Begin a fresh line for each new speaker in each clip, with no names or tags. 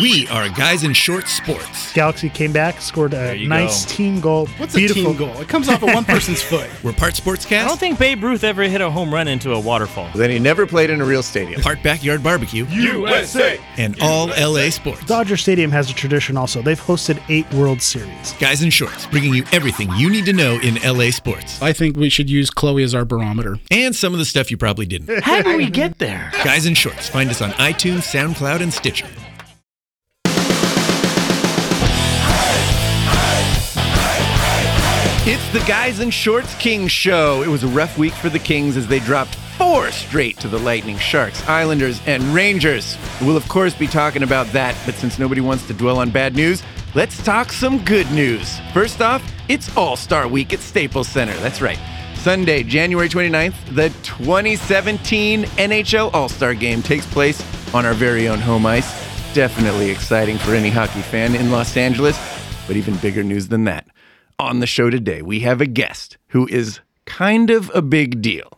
We are guys in short sports.
Galaxy came back, scored a nice team goal.
What's
Beautiful
a team goal? It comes off of one person's foot.
We're part sportscast,
I don't think Babe Ruth ever hit a home run into a waterfall.
Then he never played in a real stadium.
part backyard barbecue, USA, and all LA sports.
Dodger Stadium has a tradition also. They've hosted eight World Series.
Guys in shorts, bringing you everything you need to know in LA sports
I think we should use Chloe as our barometer.
and some of the stuff you probably didn't.
How did we get there?
Guys in shorts, find us on iTunes, SoundCloud, and Stitcher.
It's the Guys in Shorts Kings show. It was a rough week for the Kings as they dropped four straight to the Lightning, Sharks, Islanders, and Rangers. We'll, of course, be talking about that, but since nobody wants to dwell on bad news, let's talk some good news. First off, it's All Star Week at Staples Center. That's right. Sunday, January 29th, the 2017 NHL All Star Game takes place on our very own home ice. Definitely exciting for any hockey fan in Los Angeles, but even bigger news than that. On the show today, we have a guest who is kind of a big deal.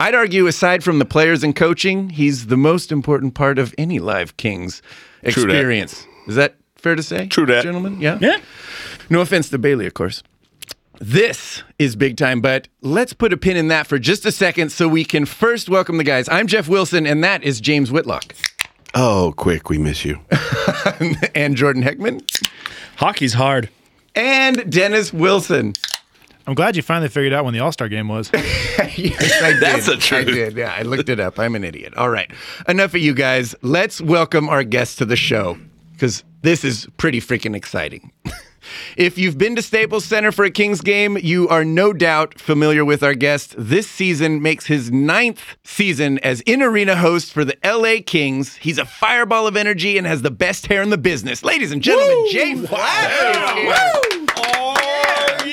I'd argue, aside from the players and coaching, he's the most important part of any Live Kings
True dat.
experience. Is that fair to say?
True dat.
Gentlemen, yeah? Yeah. No offense to Bailey, of course. This is big time, but let's put a pin in that for just a second so we can first welcome the guys. I'm Jeff Wilson, and that is James Whitlock
Oh, quick, we miss you.
and Jordan Heckman
Hockey's hard.
and Dennis Wilson.
I'm glad you finally figured out when the All Star game was.
Yes, I did.
That's the
I
truth.
did. Yeah, I looked it up. I'm an idiot. All right. Enough of you guys. Let's welcome our guest to the show because this is pretty freaking exciting. if you've been to Staples Center for a Kings game, you are no doubt familiar with our guest. This season makes his ninth season as in arena host for the LA Kings. He's a fireball of energy and has the best hair in the business. Ladies and gentlemen, Jay Flack. is here.
Are you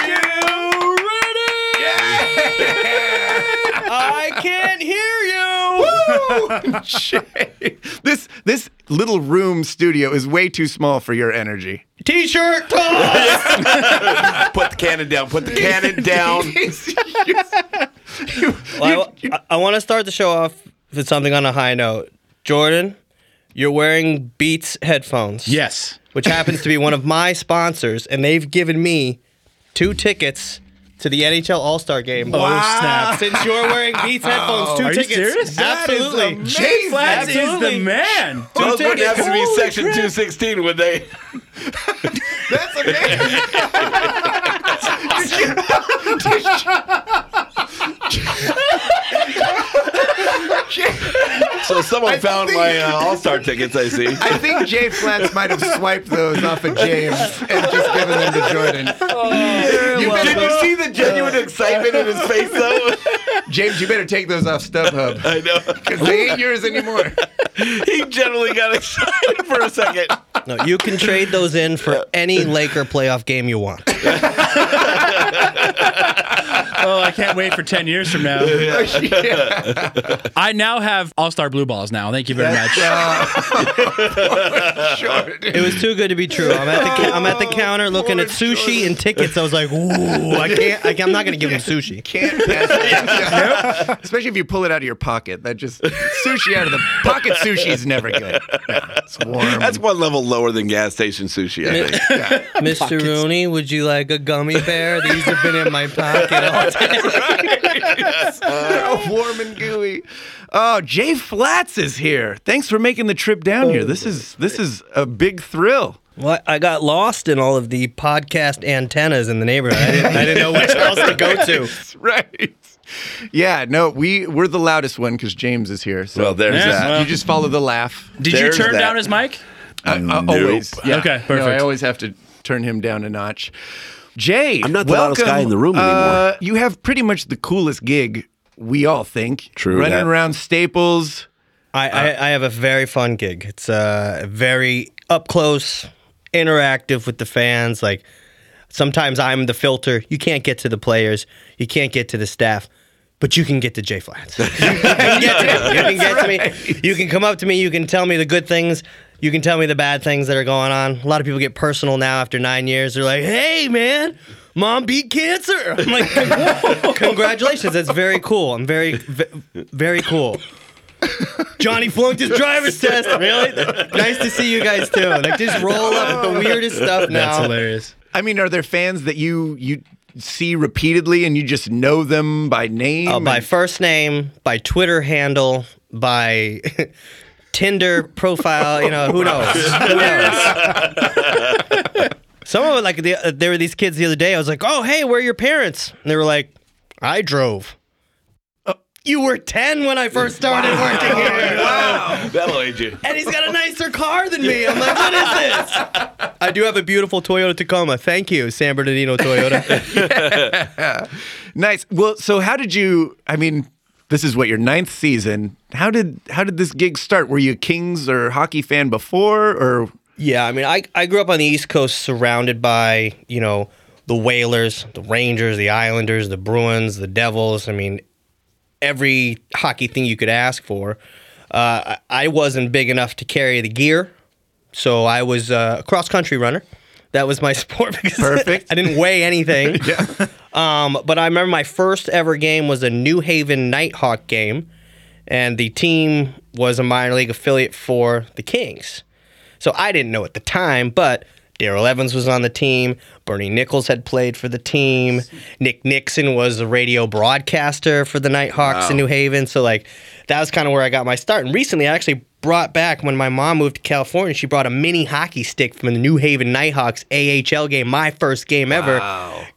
ready?
I can't hear you.
Jay, this this little room studio is way too small for your energy.
T-shirt.
Put the cannon down. Put the cannon down.
Well, I, want to start the show off with something on a high note. Jordan, you're wearing Beats headphones.
yes.
Which happens to be one of my sponsors, and they've given me two tickets to the NHL All Star Game.
Ah,
Oh snap!
Since you're wearing Beats headphones, two
Are you
tickets.
serious? That is
Absolutely.
Jay
Flats
He's the man.
Those would
tickets.
have to be
Holy
section 216, would they?
That's amazing.
So someone
I
found
think-
my uh, All Star tickets, I see.
I think Jay Flats might have swiped those off of James and just given them to Jordan. you
Did
better,
you see the genuine excitement in his face, though?
James, you better take those off StubHub
I know.
because they ain't yours anymore.
He generally got excited for a second.
No, you can trade those in for any Laker playoff game you want.
Oh, I can't wait for ten years from now. I now have All Star blue balls. Now, thank you very much.
It was too good to be true. I'm at the ca- I'm at the counter looking at sushi and tickets. I was like, ooh, I can't. I, I'm not gonna give him sushi.
Can't pass it. Especially if you pull it out of your pocket. That just sushi out of the pocket. Sushi is never good. No, it's warm.
That's one level lower than gas station sushi, I think.
Mr. Rooney, would you like a gummy bear? These have been in my pocket all
They're all warm and gooey. Oh, Jay Flats is here. Thanks for making the trip down here. This is this is a big thrill.
Well, I got lost in all of the podcast antennas in the neighborhood. I didn't, I didn't know which else to go to.
right. Yeah, no, we we're the loudest one because James is here. So
Well, there's Yeah, that. well.
You just follow the laugh.
Did you turn down his mic?
Uh,
I, I
Nope.
always. yeah.
Okay,
No, I
perfect.
always have to turn him down a notch. Jay,
I'm not the loudest
welcome.
guy in the room anymore.
Uh, you have pretty much the coolest gig. We all think.
True
Running
that.
around Staples.
I, I, I have a very fun gig. It's uh, very up close, interactive with the fans. Like sometimes I'm the filter. You can't get to the players. You can't get to the staff. But you can get to J Flats. You can get to me. You can get to me. You can come up to me. You can tell me the good things. You can tell me the bad things that are going on. A lot of people get personal now after nine years. They're like, "Hey, man, mom beat cancer." I'm like, "Whoa, "Congratulations, that's very cool. I'm very, ve- very cool." Johnny flunked his driver's test. Really? nice to see you guys too. Like just roll up with the weirdest stuff now.
hilarious.
I mean, are there fans that you you see repeatedly and you just know them by name?
Oh,
Uh, by first name, by Twitter handle, by Tinder profile. You know who knows? Who knows? Some of it, like the, uh, there were these kids the other day. I was like, "Oh, hey, where are your parents?" And they were like, "I drove." "Uh, You were 10 when I first started working here.
That'll age you.
And he's got a nicer car than me. I'm like, what is this? I do have a beautiful Toyota Tacoma. Thank you, San Bernardino Toyota.
nice. Well, so how did you? I mean, this is what your ninth season. How did how did this gig start? Were you a Kings or hockey fan before, or
yeah, I mean, I, I grew up on the East Coast surrounded by, you know, the Whalers, the Rangers, the Islanders, the Bruins, the Devils. I mean, every hockey thing you could ask for. Uh, I I wasn't big enough to carry the gear, so I was uh, a cross country runner. That was my sport because
Perfect.
I didn't weigh anything. Um, but I remember my first ever game was a New Haven Nighthawk game, and the team was a minor league affiliate for the Kings. So I didn't know at the time, but Daryl Evans was on the team. Bernie Nichols had played for the team. Nick Nixon was a radio broadcaster for the Nighthawks in
Wow.
New Haven. So, like, that was kind of where I got my start. And recently, I actually brought back when my mom moved to California, she brought a mini hockey stick from the New Haven Nighthawks AHL game, my first game ever.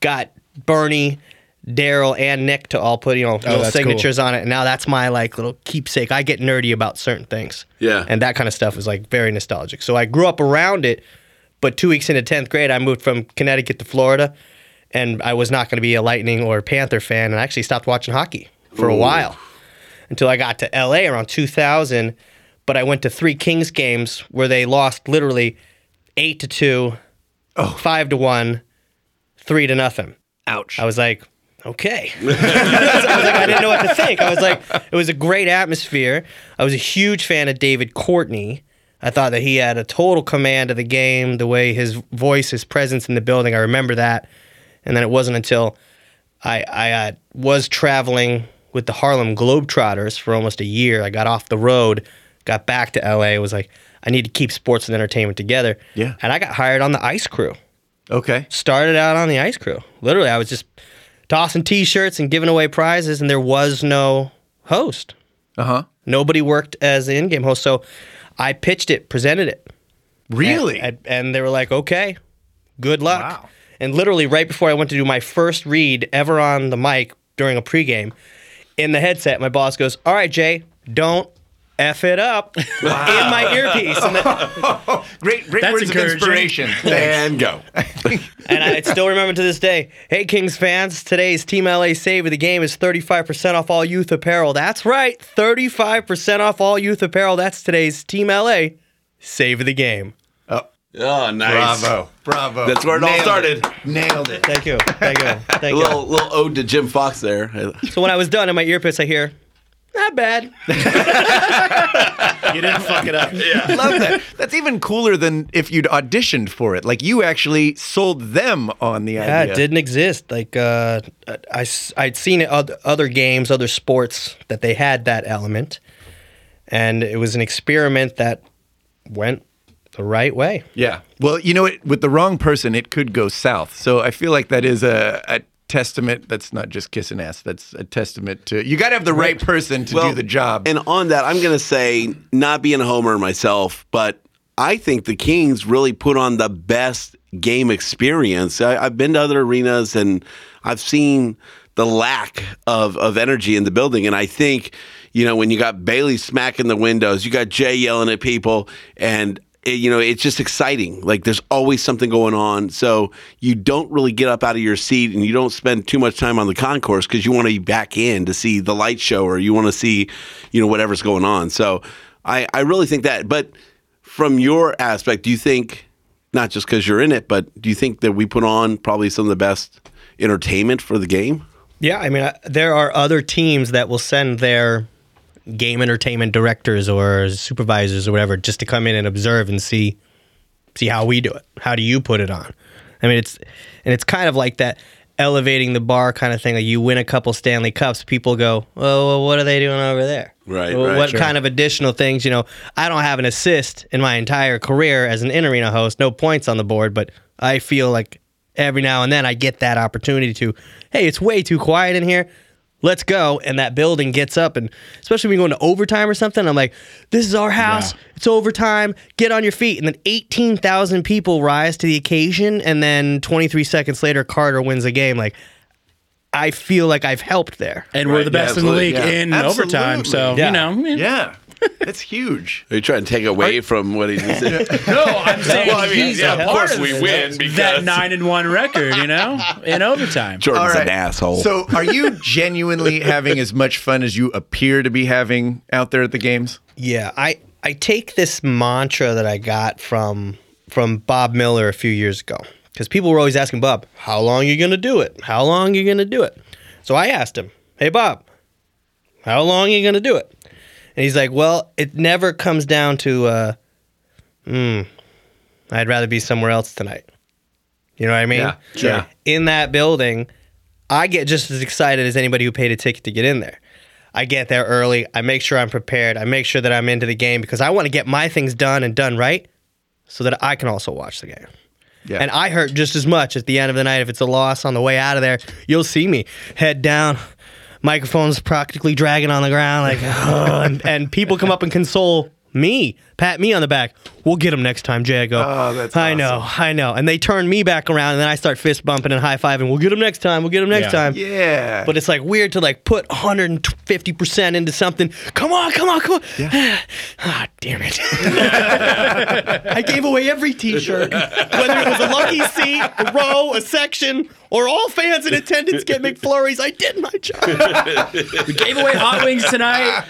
Got Bernie. Daryl and Nick to all put you know little
Oh, that's cool.
signatures on it, and now that's my like little keepsake. I get nerdy about certain things.
Yeah.
And that kind of stuff is like very nostalgic. So I grew up around it, but two weeks into 10th grade, I moved from Connecticut to Florida, and I was not going to be a Lightning or Panther fan, and I actually stopped watching hockey for a
Ooh.
while until I got to LA around 2000. But I went to three Kings games where they lost literally eight to two, five to one, three to nothing.
Ouch.
I was like, okay. I was like, I didn't know what to think. I was like, it was a great atmosphere. I was a huge fan of David Courtney. I thought that he had a total command of the game, the way his voice, his presence in the building. I remember that. And then it wasn't until I, I uh, was traveling with the Harlem Globetrotters for almost a year. I got off the road, got back to LA, was like, I need to keep sports and entertainment together. Yeah. And I got hired on the ice crew.
Okay.
Started out on the ice crew. Literally, I was just tossing t shirts and giving away prizes, and there was no host.
Uh huh.
Nobody worked as the in game host. So I pitched it, presented it.
Really?
And, and- and they were like, okay, good luck. And literally, right before I went to do my first read ever on the mic during a pregame, in the headset, my boss goes, all right, Jay, don't F it up in my earpiece. And that-
great, great
That's
words of
encouraging.
inspiration?
and go.
and I still remember to this day. Hey, Kings fans, today's Team LA save of the game is 35% off all youth apparel. That's right, 35% off all youth apparel. That's today's Team LA save of the game.
Oh,
Oh, nice.
Bravo. Bravo.
That's where it all
Nailed
started.
Nailed it.
Thank you. Thank you. Thank
a
you.
little, little ode to Jim Fox there.
So when I was done in my earpiece, I hear, not bad.
You didn't fuck it up. Love that. That's even cooler than if you'd auditioned for it. Like you actually sold them on the
Yeah,
idea.
it didn't exist. Like uh, I, would seen it other, other games, other sports that they had that element, and it was an experiment that went the right way.
Yeah. Well, you know, it, with the wrong person, it could go south. So I feel like that is a, a testament. That's not just kissing ass. That's a testament to you got to have the right person to do the job.
And on that, I'm going to say, not being a homer myself, but I think the Kings really put on the best game experience. I, I've been to other arenas and I've seen the lack of, of energy in the building. And I think, you know, when you got Bailey smacking the windows, you got Jay yelling at people, and it, you know, it's just exciting. Like there's always something going on. So you don't really get up out of your seat and you don't spend too much time on the concourse because you want to be back in to see the light show or you want to see, you know, whatever's going on. So I, I really think that. But from your aspect, do you think, not just because you're in it, but do you think that we put on probably some of the best entertainment for the game?
Yeah, I mean, I, there are other teams that will send their game entertainment directors or supervisors or whatever just to come in and observe and see see how we do it. How do you put it on? I mean, it's and it's kind of like that elevating the bar kind of thing. Like you win a couple Stanley Cups, people go, "Oh, well, what are they doing over there?"
Right,
Well,
right,
what
sure.
kind of additional things? You know, I don't have an assist in my entire career as an in arena host. No points on the board, but I feel like every now and then I get that opportunity to, hey, it's way too quiet in here. Let's go. And that building gets up. And especially when you go into overtime or something, I'm like, this is our house. It's overtime. Get on your feet. And then 18,000 people rise to the occasion. And then 23 seconds later, Carter wins a game. Like, I feel like I've helped there.
And we're the best in the league in overtime. So,
Yeah.
you know.
Yeah. That's huge.
Are you trying to take away from what he just said?
No, I'm saying
Well, I mean,
he's
yeah,
a
of
part
course we
this.
win because-
that nine and one record, you know, in overtime.
Jordan's
All right.
an asshole.
So, are you genuinely having as much fun as you appear to be having out there at the games?
Yeah, I I take this mantra that I got from from Bob Miller a few years ago because people were always asking Bob, "How long you gonna do it? How long you gonna do it?" So I asked him, "Hey Bob, how long you gonna do it?" And he's like, "Well, it never comes down to, uh, mm, I'd rather be somewhere else tonight." You know what I mean?
Yeah, sure. Yeah.
In that building, I get just as excited as anybody who paid a ticket to get in there. I get there early. I make sure I'm prepared. I make sure that I'm into the game because I want to get my things done and done right so that I can also watch the game.
Yeah.
And I hurt just as much at the end of the night. If it's a loss on the way out of there, you'll see me head down, microphones practically dragging on the ground, like, "Oh," and, and people come up and console me, pat me on the back. We'll get them next time, Jay. I go,
Oh, that's
I know, I know. And they turn me back around, and then I start fist bumping and high fiving. We'll get them next time. We'll get them next
Yeah.
time.
Yeah.
But it's like weird to like put 150% into something. Come on, come on, come on. ah, damn it. I gave away every t shirt, whether it was a lucky seat, a row, a section, or all fans in attendance get McFlurries. I did my job.
We gave away hot wings tonight.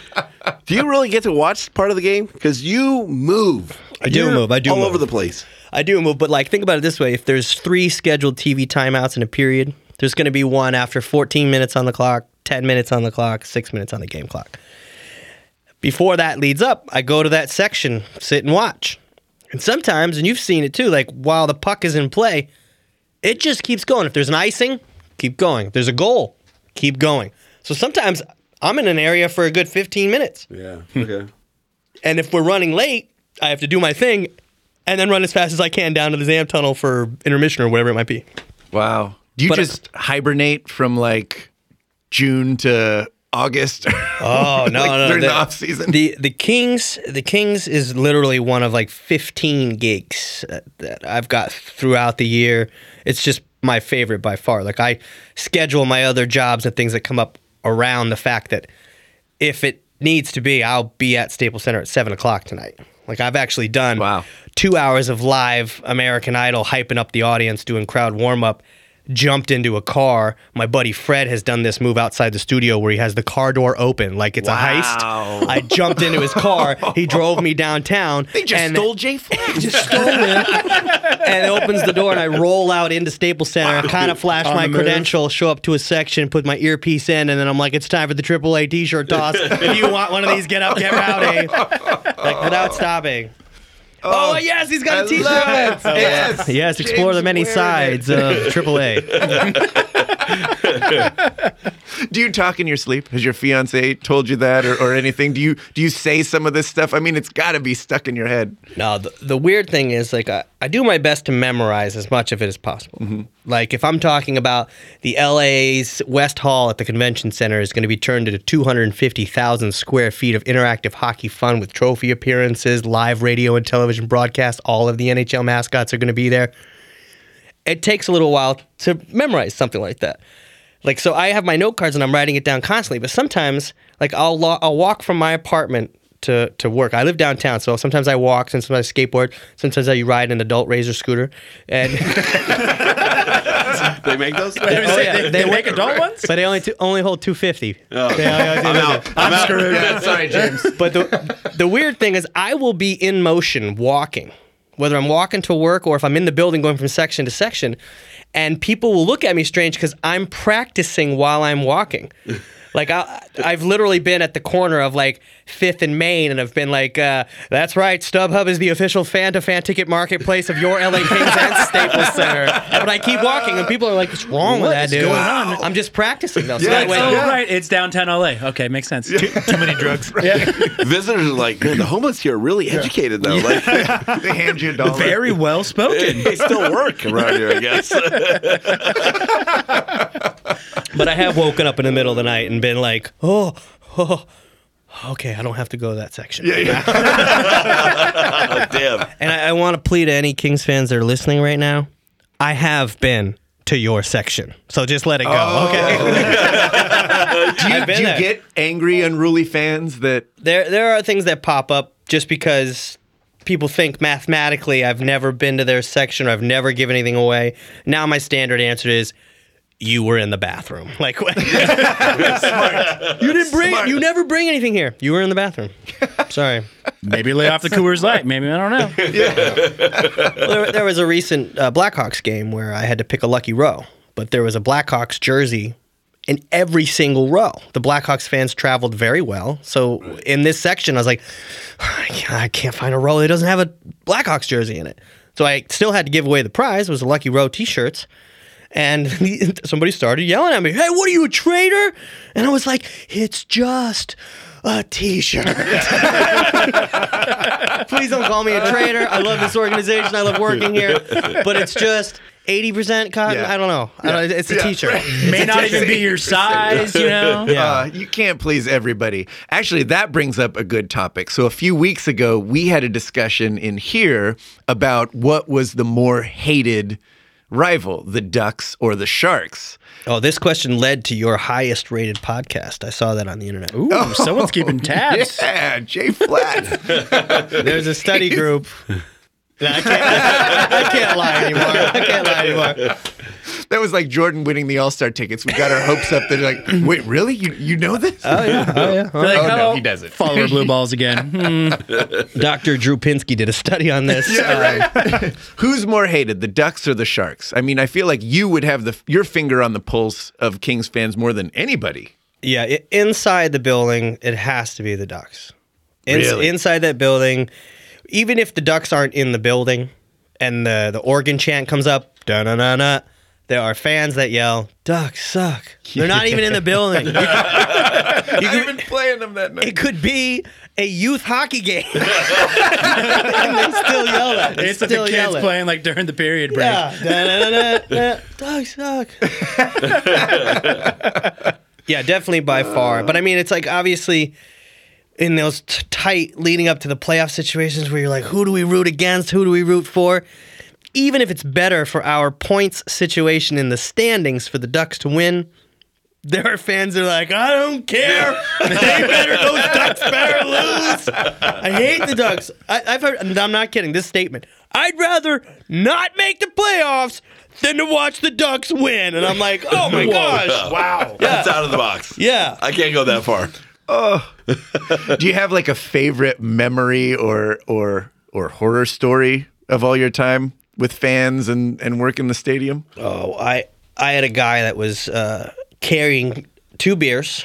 do you really get to watch part of the game? Because you move.
I do
You're
move, I do
all
move.
over the place.
I do move, but like think about it this way: if there's three scheduled TV timeouts in a period, there's going to be one after 14 minutes on the clock, 10 minutes on the clock, six minutes on the game clock. Before that leads up, I go to that section, sit and watch. And sometimes, and you've seen it too, like while the puck is in play, it just keeps going. If there's an icing, keep going. If there's a goal, keep going. So sometimes I'm in an area for a good 15 minutes.
Yeah. Okay.
And if we're running late, I have to do my thing and then run as fast as I can down to the Zam tunnel for intermission or whatever it might be.
Wow. Do you
But-
just hibernate from like June to August?
Oh no,
Like,
no,
during
the,
the, off season.
The the Kings, the Kings is literally one of like 15 gigs uh, that I've got throughout the year. It's just my favorite by far. Like I schedule my other jobs and things that come up around the fact that if it needs to be, I'll be at Staples Center at seven o'clock tonight. Like I've actually done
Wow.
two hours of live American Idol, hyping up the audience, doing crowd warm up. Jumped into a car. My buddy Fred has done this move outside the studio where he has the car door open like it's a heist. I jumped into his car. He drove me downtown.
they just
and
stole Jay Flack.
just stole him and opens the door and I roll out into Staples Center. I kind of flash my credential, show up to a section, put my earpiece in, and then I'm like, it's time for the AAA t-shirt toss. if you want one of these, get up, get rowdy. Like without stopping. Oh, yes, he's got a
I
t-shirt.
love it. Yes.
Yes, explore
James
the many
is wearing it.
sides of AAA.
do you talk in your sleep? Has your fiance told you that or, or anything? Do you do you say some of this stuff? I mean, it's got to be stuck in your head.
No, the, the weird thing is, like, I, I do my best to memorize as much of it as possible. Like, if I'm talking about the LA's West Hall at the convention center is going to be turned into 250,000 square feet of interactive hockey fun with trophy appearances, live radio and television broadcasts, all of the NHL mascots are going to be there. It takes a little while to memorize something like that. Like, so I have my note cards and I'm writing it down constantly, but sometimes, like, I'll, lo- I'll walk from my apartment to, to work. I live downtown, so sometimes I walk, sometimes I skateboard, sometimes I ride an adult razor scooter. And
they make those.
Oh, make adult ones, but they only two, only hold two fifty.
I'm out. I'm out. Yeah, sorry, James.
But the the weird thing is, I will be in motion, walking, whether I'm walking to work or if I'm in the building going from section to section, and people will look at me strange because I'm practicing while I'm walking. Like I, I've literally been at the corner of like Fifth and Main, and I've been like, uh, "That's right, StubHub is the official fan to fan ticket marketplace of your LA Kings and Staples Center." But I keep walking, and people are like, "What's wrong with
What
that
is
dude?"
going on?
I'm just practicing though. So
Yeah,
that way,
oh, right. It's downtown LA. Okay, makes sense. Too, many drugs.
Visitors are like, man, the homeless here are really educated though. Like
they hand you a dollar.
Very well spoken.
they still work around here, I guess.
But I have woken up in the middle of the night and been like, oh, oh okay, I don't have to go to that section. Yeah,
Oh, damn.
And I, I want to plead to any Kings fans that are listening right now. I have been to your section, so just let it go. Okay.
Do you,
I've been
do you
there.
get angry, unruly fans that
There, there are things that pop up just because people think mathematically I've never been to their section or I've never given anything away. Now my standard answer is. You were in the bathroom. Like, you didn't bring. You never bring anything here. You were in the bathroom. Sorry.
Maybe lay off the Coors Light. Maybe I don't know.
Well, there, there was a recent uh, Blackhawks game where I had to pick a lucky row, but there was a Blackhawks jersey in every single row. The Blackhawks fans traveled very well. So in this section, I was like, I can't, I can't find a row that doesn't have a Blackhawks jersey in it. So I still had to give away the prize. It was a lucky row T-shirts. And somebody started yelling at me, "Hey, what are you a traitor?" And I was like, "It's just a T-shirt." Please don't call me a traitor. I love this organization. I love working here, but it's just eighty percent cotton.
Yeah.
I don't know. I don't, it's a
Yeah.
T-shirt.
May not even be your size. You know.
Uh, you can't please everybody. Actually, that brings up a good topic. So, a few weeks ago, we had a discussion in here about what was the more hated rival, the Ducks or the Sharks.
Oh, this question led to your highest-rated podcast. I saw that on the internet.
Ooh, someone's keeping tabs.
Yeah, ah, Jay Flat.
There's a study group. Nah, I, can't, I can't lie anymore. I can't lie anymore.
that was like Jordan winning the All Star tickets. We got our hopes up. They're like, wait, really? You, you know this?
Oh yeah. Oh yeah.
They're like,
Oh, no,
"Oh,
he doesn't."
Follower blue balls again. Hmm.
Dr. Drew Pinsky did a study on this. Uh,
Who's more hated, the Ducks or the Sharks? I mean, I feel like you would have the your finger on the pulse of Kings fans more than anybody.
Yeah, i inside the building, it has to be the Ducks. Ins-
Really?
Inside that building, even if the Ducks aren't in the building and the, the organ chant comes up, da na na na, there are fans that yell, Ducks suck. They're not even in the building. You could-
I've been playing them that night.
it could be a youth hockey game. and they still yell that. They
It's that the
still
kids
yell it.
playing like during the period break.
Yeah. Da-na-na-na-na. Dogs suck. yeah, definitely by far. But I mean, it's like obviously in those t- tight leading up to the playoff situations where you're like, who do we root against? Who do we root for? Even if it's better for our points situation in the standings for the Ducks to win, there are fans that are like, I don't care. they better those Ducks better lose. I hate the Ducks. I, I've heard. and I'm not kidding. This statement. I'd rather not make the playoffs than to watch the Ducks win. And I'm like, oh my gosh.
Wow. That's out of the box.
Yeah.
I can't go that far.
Do you have like a favorite memory or or or horror story of all your time with fans and and work in the stadium?
Oh, I I had a guy that was uh, carrying two beers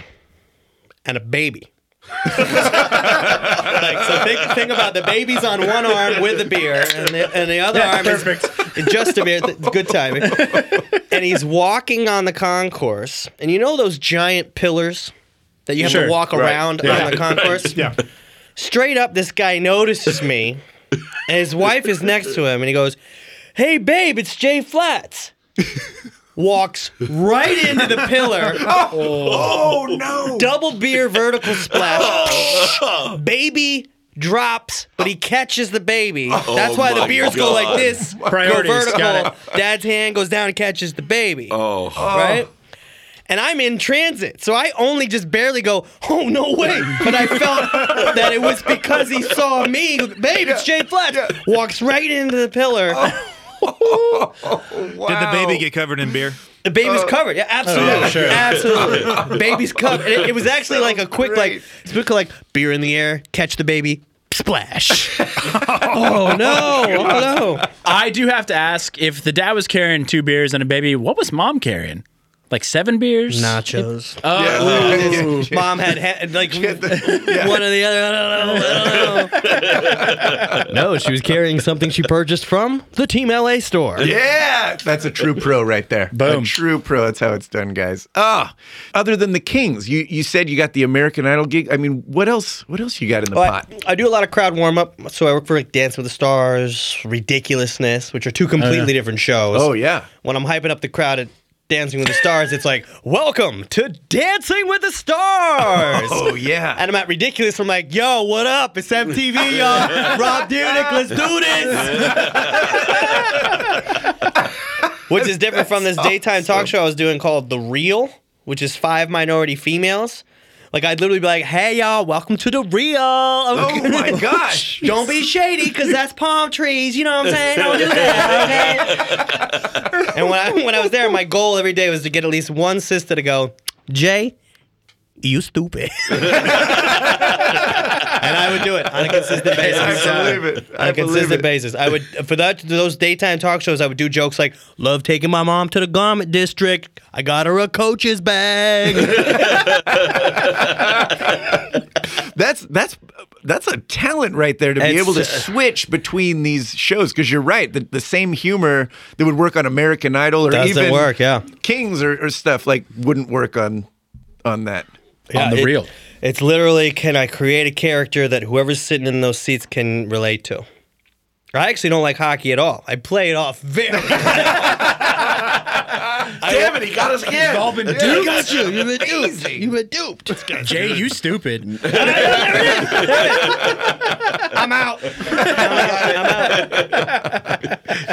and a baby. like so, think, think about the baby's on one arm with the beer, and the, and the other arm is just a beer. Th- Good timing. And and he's walking on the concourse, and you know those giant pillars that you have
Sure,
to walk
right.
around
Yeah.
on the concourse.
Yeah.
Straight up, this guy notices me, and his wife is next to him, and he goes, "Hey, babe, it's Jay Flats." Walks right into the pillar.
Oh.
no! Double beer vertical
Oh.
splash. baby drops, but he catches the baby.
Oh,
That's why the
my
beers go like
God.
this.
Priorities,
Go vertical.
got it.
Dad's hand goes down and catches the baby.
Oh.
Right? And I'm in transit, so I only just barely go, oh, no way. But I felt that it was because he saw me. Babe, it's Jay Flats. Walks right into the pillar.
Oh. Did the baby get covered in beer?
The baby's
Uh,
covered. Yeah, absolutely.
Oh, yeah, sure. Oh,
Absolutely. baby's covered. And it, it was actually like a quick, like, it's quick, like, beer in the air, catch the baby, splash. oh, no. Oh, no.
I do have to ask if the dad was carrying two beers and a baby, what was mom carrying? Like seven beers?
Nachos. Oh.
Oh,
Ooh. Mom had, had like one or the other. I don't know. no, she was carrying something she purchased from the Team LA store.
Yeah, that's a true pro right there. Boom, a true pro. That's how it's done, guys. Ah, other than the Kings, you you said you got the American Idol gig. I mean, what else? What else you got in the
Well,
pot?
I, I do a lot of crowd warm up, so I work for like Dance with the Stars, Ridiculousness, which are two completely
Oh, yeah.
different shows.
Oh, yeah.
When I'm hyping up the crowd at Dancing with the Stars, it's like, "Welcome to Dancing with the Stars."
Oh, yeah.
And I'm at Ridiculous. I'm like, "Yo, what up? It's MTV, y'all. Rob Dyrdek, let's do this." which is different from this daytime talk show I was doing called The Real, which is five minority females. Like I'd literally be like, "Hey y'all, welcome to the real." Oh
my gosh!
Don't be shady, cause that's palm trees. You know what I'm saying? Don't do that. Okay. and when I when I was there, my goal every day was to get at least one sister to go, Jay, you stupid. and I would do it on a consistent basis.
I believe it.
On
I
a
believe
consistent
it.
basis. I would for that those daytime talk shows. I would do jokes like, "Love taking my mom to the garment district. I got her a coach's bag."
That's that's that's a talent right there to be
It's,
able
uh,
to switch between these shows because you're right. The, the same humor that would work on American Idol or
Doesn't
even
work, yeah.
Kings or, or stuff like wouldn't work on on that.
Yeah, it- It's literally can I create a character that whoever's sitting in those seats can relate to? I actually don't like hockey at all. I play it off very.
Damn it, he got us again.
We've all been
Yeah.
duped.
Got you. You've been
duped. You've
been duped.
Jay, you stupid.
I'm out.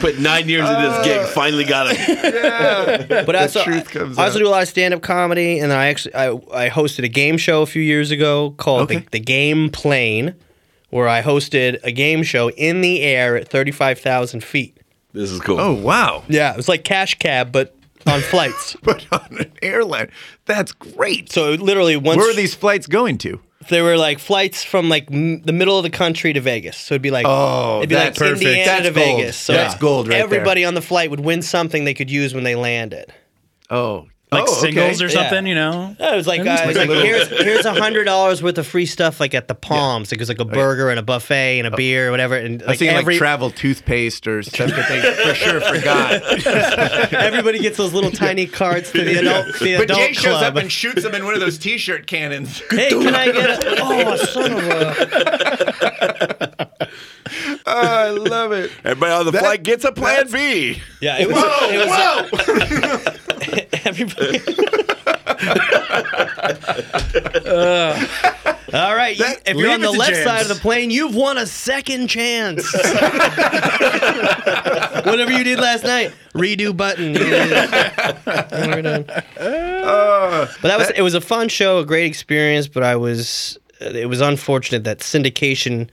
Put nine years of this gig, finally got it.
but I also,
truth comes
I also
out.
do a lot of stand-up comedy, and I actually I, I hosted a game show a few years ago called the, the Game Plane, where I hosted a game show in the air at thirty-five thousand feet.
This is cool.
Oh wow,
Yeah, it was like cash cab, but on flights.
but on an airline, that's great.
So literally, once
where are these flights going to?
There were like flights from like m- the middle of the country to Vegas. So it'd be like
Oh,
it'd be
that's
like
perfect.
Indiana
That's
to
gold.
Vegas. So
That's gold right there.
Everybody on the flight would win something they could use when they landed.
Oh,
Like
Oh, okay.
singles or
Yeah.
something, you know?
Yeah, it was like, uh, it was like here's here's a hundred dollars worth of free stuff like at the Palms. Like it was like a burger and a buffet and a beer or whatever. And
I
like,
think
every,
Oh. like travel toothpaste or stuff that they for sure forgot.
everybody gets those little tiny cards to the adult the
but
adult
Jay shows
club.
up and shoots him in one of those t-shirt cannons.
hey, can I get a oh son of a
Oh, I love it.
Everybody on the
That-
flight gets a plan B.
yeah it was
Whoa,
it was
whoa!
Everybody. All right. you- if
leave
you're on
it
the
to
left
James.
side of the plane, you've won a second chance. Whatever you did last night, redo button. We're done. but that was it. Was a fun show, a great experience. But I was it was unfortunate that syndication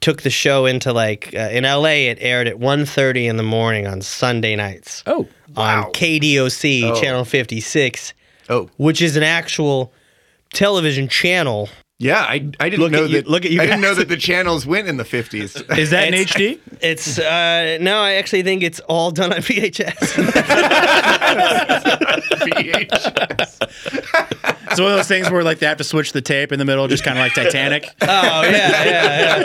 took the show into like uh, in LA. It aired at 1.30 in the morning on Sunday nights
Oh.
on KDOC
Oh.
channel 56,
Oh.
which is an actual television channel.
Yeah, I, I didn't
Look at
know
you-
that.
look at you
I didn't know
guys.
that the channels went in the fifties.
Is that in
It's-
HD?
It's uh no, I actually think it's all done on VHS.
It's one of those things where like they have to switch the tape in the middle, just kind of like Titanic.
oh yeah, yeah,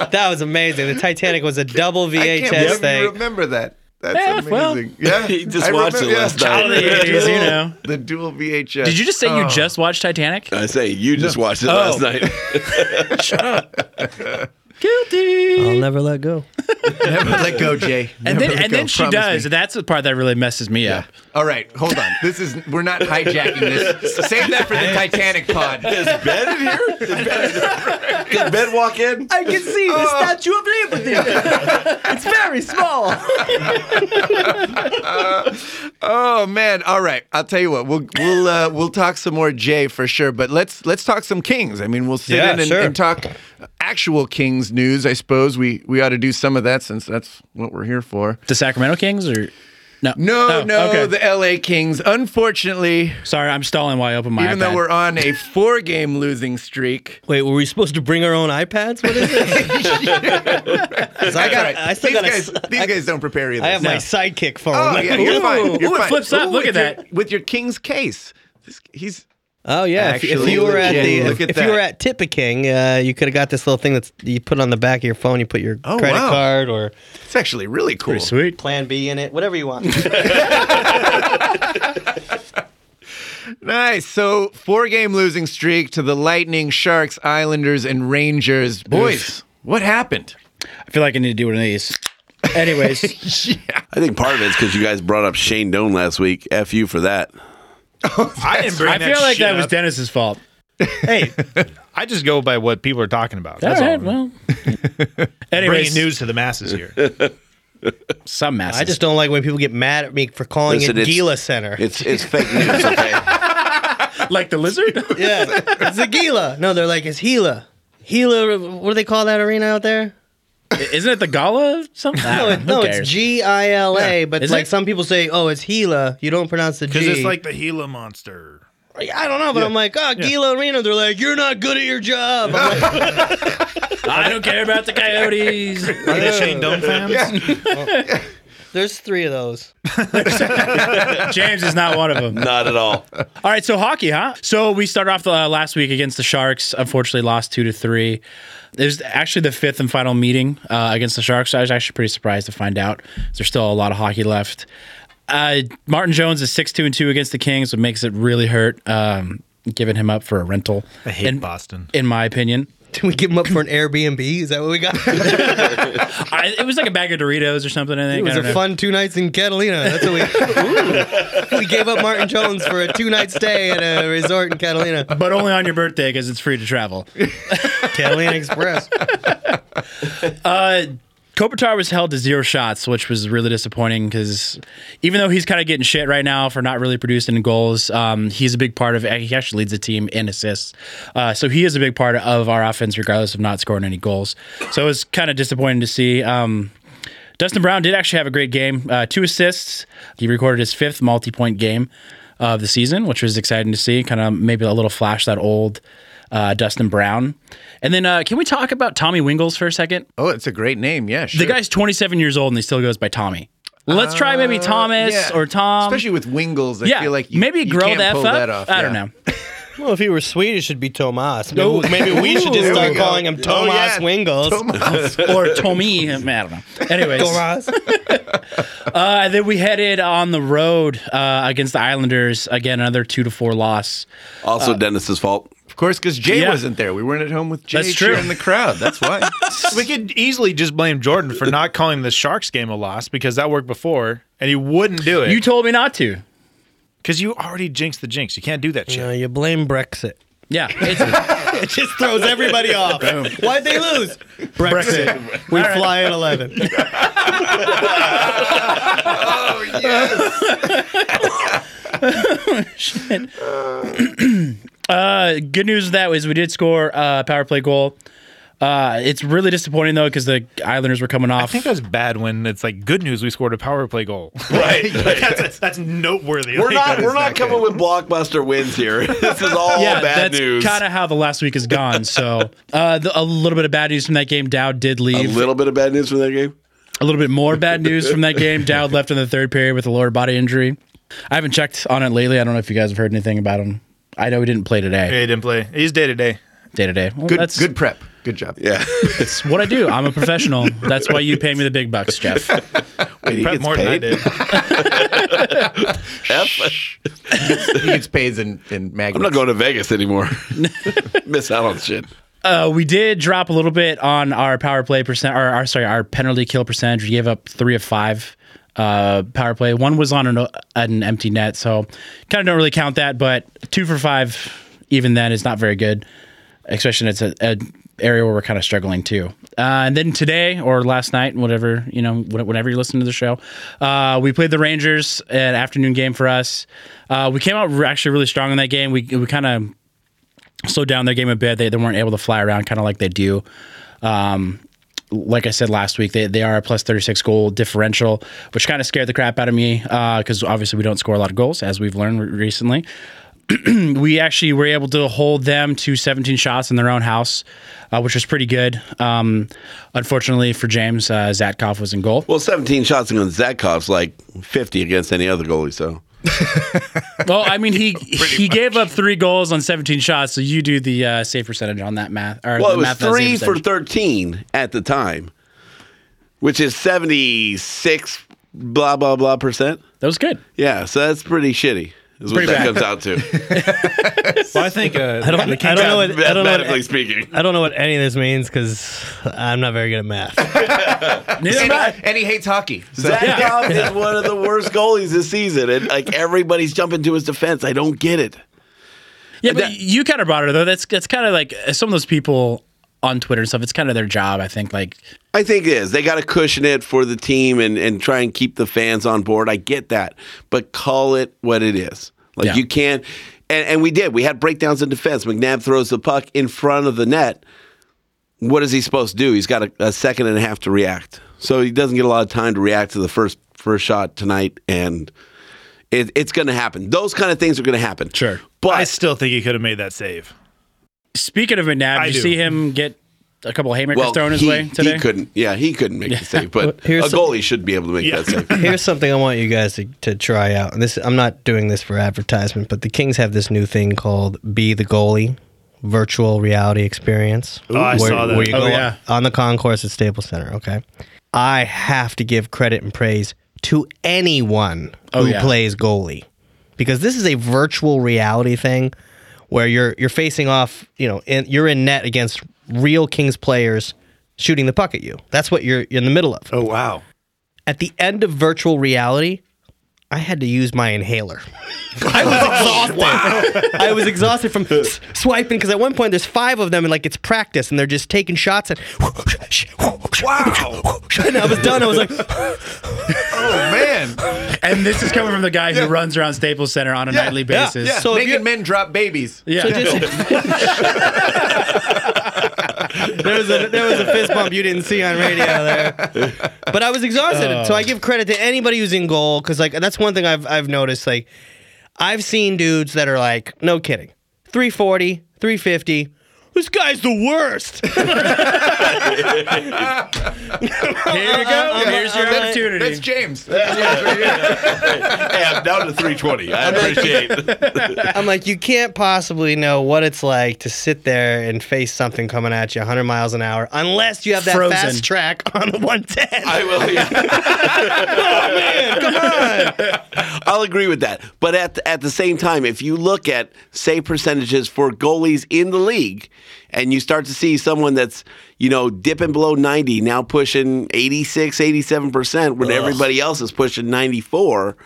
yeah. That was amazing. The Titanic was a double
I can't
VHS
believe you
thing.
remember that. That's
Eh,
Yeah,
amazing.
well.
yeah,
He just watched it last night. Child of the
The
80s, you
dual-
know.
The dual VHS.
Did you just say
Oh.
you just watched Titanic?
I say you just watched it
Oh.
last night.
Guilty.
I'll never let go.
Never Oh. let go, Jay.
And then,
Never let
and
go.
then she
Promise me.
does. and That's the part that really messes me up.
All right, hold on. This is we're not hijacking this. Save that for the Titanic pod.
Is Ben in here? Did Ben, did ben walk in?
I can see the
Oh.
Statue of Liberty. it's very small.
Oh man! All right, I'll tell you what. We'll we'll uh, we'll talk some more Jay for sure, but let's let's talk some Kings. I mean, we'll sit
Yeah,
in and,
sure.
and talk actual Kings news. I suppose we we ought to do some of that since that's what we're here for.
The Sacramento Kings or no?
No,
Oh,
no,
okay.
the L.A. Kings. Unfortunately,
Sorry, I'm stalling while I open my
even
iPad.
though we're on a four-game losing streak,
Wait, were we supposed to bring our own iPads? What is this? 'Cause I
That's
got.
all right.
I still
these
got. a
guys.
s-
these guys don't prepare either.
I have my
No.
sidekick phone.
Oh yeah, you're fine. You're
ooh, it
fine.
flips up. Look
with
at
your- with your King's case. This- He's
Oh, yeah. If, if
Actually,
you were at
legit.
the,
Look
if,
at
if you were
that.
at Tippa King, uh, you could have got this little thing that's you put on the back of your phone. You put your
Oh,
credit
wow.
card or
it's actually really cool.
Pretty sweet.
Plan B in it, whatever you want.
Nice. So four game losing streak to the Lightning, Sharks, Islanders, and Rangers. Boys, what happened?
I feel like I need to do one of these. Anyways,
I think part of it's because you guys brought up Shane Doan last week. F you for that.
I didn't bring
I
that
feel like
shit
that was
up.
Dennis's fault.
Hey, I just go by what people are talking about. That's
all
all.
right, well.
Bringing
Anyways,
news to the masses here.
some masses.
I just don't like when people get mad at me for calling
Listen,
it
it's-
Gila Center.
It's it's fake news. Okay.
like the lizard.
yeah, it's a Gila. No, they're like it's Gila. Gila. What do they call that arena out there?
Isn't it the gala? Or something?
No, it, no, it's G I L A. But
Is
like
it?
some people say, oh, it's Gila. You don't pronounce the G.
Because it's like the Gila monster.
I don't know, but I'm like, oh, Gila Arena. They're like, you're not good at your job. I'm like,
I don't care about the coyotes.
Are they Shane Doan fans?
There's three of those.
James is not one of them.
Not at all.
All right, so hockey, huh? So we started off uh, last week against the Sharks. Unfortunately, lost two to three. It was actually the fifth and final meeting uh, against the Sharks. I was actually pretty surprised to find out. There's still a lot of hockey left. Uh, Martin Jones is six two and two against the Kings, which makes it really hurt. Um, giving him up for a rental.
I hate
in,
Boston.
in my opinion.
Did we give them up for an Airbnb? Is that what we got? it
I, it was like a bag of Doritos or something. I think
was a
I don't know.
fun two nights in Catalina. That's what we. Ooh. we gave up Martin Jones for a two night stay at a resort in Catalina.
but only on your birthday because it's free to travel.
Catalina Express.
Uh, Kopitar was held to zero shots, which was really disappointing because even though he's kind of getting shit right now for not really producing goals, um, he's a big part of. He actually leads the team in assists, uh, so he is a big part of our offense, regardless of not scoring any goals. So it was kind of disappointing to see. Um, Dustin Brown did actually have a great game, uh, two assists. He recorded his fifth multi-point game of the season, which was exciting to see. Kind of maybe a little flash that old uh, Dustin Brown. And then uh, can we talk about Tommy Wingles for a second?
Oh, it's a great name. Yeah, sure.
The guy's 27 years old and he still goes by Tommy. Let's try maybe Thomas
Uh, Yeah.
or Tom.
Especially with Wingles, I
yeah,
feel like you,
maybe
you
grow
can't
the F
pull
up.
that off.
I don't
yeah.
know.
Well, if he were Swedish, it'd be Tomas. Maybe,
No.
maybe we should just
There we
start
go.
calling him
Oh,
Tomas
yeah.
Wingles.
Tomas.
or Tommy. I don't know. Anyways,
Tomas.
uh, then we headed on the road uh, against the Islanders. Again, another two to four loss.
Also Dennis's fault.
Of course, because Jay
Yeah.
wasn't there. We weren't at home with Jay
That's true.
in the crowd. That's why.
we could easily just blame Jordan for not calling the Sharks game a loss because that worked before, and he wouldn't do
You
it
told me not to.
because you already jinxed the jinx. You can't do that shit.
No, you blame Brexit.
Yeah. It's,
It just throws everybody off. Why'd they lose? Brexit. We fly at 11.
uh, good news of that was we did score a power play goal. Uh, it's really disappointing though because the Islanders were coming
I
off.
think that's bad when it's like good news. We scored a power play goal. Right. that's, that's noteworthy.
We're
Like,
not we're not
not
coming with blockbuster wins here. This is all
yeah,
bad
that's
news.
kind of how the last week has gone. So uh, the, a little bit of bad news from that game. Dowd did
a
leave.
little bit of bad news from that game.
A little bit more bad news from that game. Dowd left in the third period with a lower body injury. I haven't checked on it lately. I don't know if you guys have heard anything about him. I know he didn't play today,
He didn't play. He's day to day.
day to day. Well,
Good,
that's-
good prep. Good job.
Yeah.
It's what I do. I'm a professional. That's why you pay me the big bucks, Jeff.
Wait, he Prep gets more than I paid? did. he gets paid in, in magnets.
I'm not going to Vegas anymore. Miss out on shit.
Uh, we did drop a little bit on our power play percent, or our sorry, our penalty kill percentage. We gave up three of five uh, power play. One was on an, an empty net, so kind of don't really count that. But two for five, even then, is not very good, especially it's a, a area where we're kind of struggling too. Uh, and then today or last night, whatever you know, wh- whenever you listen to the show, uh, we played the Rangers, an afternoon game for us. Uh, we came out re- actually really strong in that game. We we kind of slowed down their game a bit. They, they weren't able to fly around kind of like they do. Um, like I said last week, they, they are a plus 36 goal differential, which kind of scared the crap out of me because obviously we don't score a lot of goals, as we've learned re- recently. we actually were able to hold them to 17 shots in their own house, uh, which was pretty good. Um, unfortunately for James, uh, Zatkov was in goal.
Well, 17 shots against Zatkov's like 50 against any other goalie. So
Well, I mean, he he gave up three goals on 17 shots, so you do the uh, save percentage on that math. Or
well,
the
it was
math on the save
three for
percentage.
13 at the time, which is 76 blah blah blah percent.
That was good.
Yeah, so that's pretty shitty. Is what
Pretty
that
bad.
comes out to.
Well, I think uh,
I don't, I don't know what I don't know
mathematically
what,
speaking.
I don't know what any of this means because I'm not very good at math.
And, he- and he hates hockey. So.
Zatkov is one of the worst goalies this season, and like everybody's jumping to his defense. I don't get it.
Yeah, but you kind of brought it though. That's that's kind of like uh, some of those people on Twitter and stuff. It's kind of their job, I think. Like,
I think it is. They got to cushion it for the team and, and try and keep the fans on board. I get that. But call it what it is. Like
Yeah.
you can't. And, and we did. We had breakdowns in defense. McNabb throws the puck in front of the net. What is he supposed to do? He's got a, a second and a half to react. So he doesn't get a lot of time to react to the first first shot tonight. And it, it's going to happen. Those kind of things are going to happen.
sure.
But
I still think he could have made that save.
Speaking of McNabb,
I
did you
do.
see him get a couple of haymakers
well,
thrown his
he,
way
he
today?
couldn't. Yeah, he couldn't make the save. But
Here's
a
some-
goalie should be able to make that save.
Here's something I want you guys to, to try out. And This I'm not doing this for advertisement, but the Kings have this new thing called "Be the Goalie" virtual reality experience.
Oh, I
where,
saw that.
Where you
Oh,
go
yeah.
on the concourse at Staples Center. Okay, I have to give credit and praise to anyone
Oh,
who
yeah.
plays goalie because this is a virtual reality thing where you're you're facing off. You know, in, you're in net against real Kings players shooting the puck at you. That's what you're, you're in the middle of
Oh wow!
at the end of virtual reality, I had to use my inhaler. I was exhausted. I was exhausted from s- swiping because at one point there's five of them and like it's practice and they're just taking shots and wow. And I was done. I was like,
Oh, man.
And this is coming from the guy who runs around Staples Center on a nightly basis.
Yeah.
So if
Naked
you-
men drop babies.
Yeah.
so just. there was a there was a fist bump you didn't see on radio there, but I was exhausted. So I give credit to anybody who's in goal because like that's one thing I've I've noticed. Like I've seen dudes that are like, no kidding, 340, 350. This guy's the worst.
Oh,
Here you go. Here's your
uh,
opportunity.
That's James.
hey, I'm down to 320. I appreciate
I'm like, you can't possibly know what it's like to sit there and face something coming at you 100 miles an hour unless you have that
Frozen.
fast track on the 110.
I will. Oh, I'll agree with that. But at the, at the same time, if you look at save percentages for goalies in the league, and you start to see someone that's you know dipping below 90 now pushing 86, 87 percent when everybody else is pushing 94.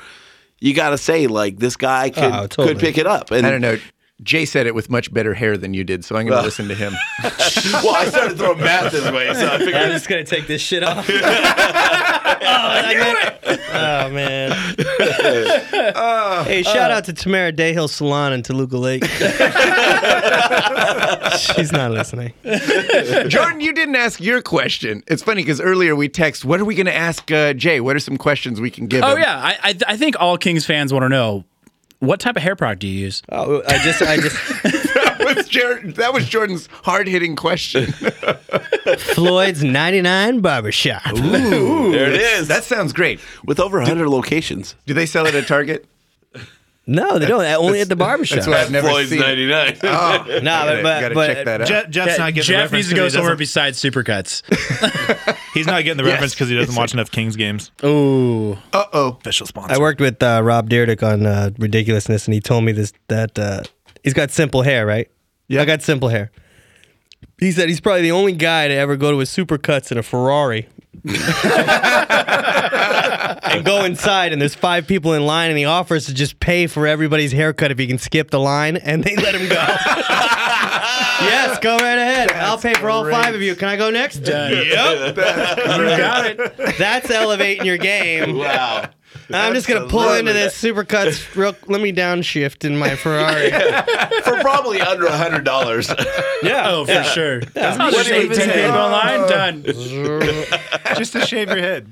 You got to say like this guy could
Oh, totally.
could pick it up. And
I don't know. Jay said it with much better hair than you did, so I'm going to listen to him.
well, I started throwing math this way, so I figured
I'm just gonna take this shit off. oh, I got- Oh, man.
Ah.
hey,
Uh.
shout out to Tamara Dayhill Salon in Toluca Lake. She's not listening.
Jordan, you didn't ask your question. It's funny because earlier we text, what are we going to ask uh, Jay? What are some questions we can give
oh
him?
yeah, I, I I think all Kings fans want to know what type of hair product do you use?
Oh, I just, I just
that, was Jer- that was Jordan's hard hitting question.
Floyd's 99 Barbershop.
Ooh, there it is. That sounds great.
with over 100 locations.
Do they sell it at Target?
No, they don't. Only at the barbershop.
that's why I've never
Floyd's
seen.
99.
Oh, no,
but- but-
gotta
but-
check that out.
Jeff's not getting the
Jeff
reference 'cause
needs to go
he doesn't-
somewhere besides supercuts.
He's not getting the
Yes.
reference because he doesn't watch enough Kings games.
Ooh.
uh oh,
Official sponsor.
I worked with uh, Rob Dyrdek on uh, ridiculousness, and he told me this that uh, he's got simple hair, right? Yeah, I got simple hair. He said he's probably the only guy to ever go to a supercuts in a Ferrari and go inside, and there's five people in line, and he offers to just pay for everybody's haircut if he can skip the line, and they let him go. yes, go right ahead. I'll pay for all five of you. Can I go next? Yep.
You got it.
That's elevating your game.
Wow.
I'm just gonna pull into this supercuts real. Let me downshift in my Ferrari.
For probably under a hundred dollars.
yeah.
Oh, for sure. That's
What
just
do you
eight,
even
ten
say?
people
Uh,
online. Done.
Just to shave your head.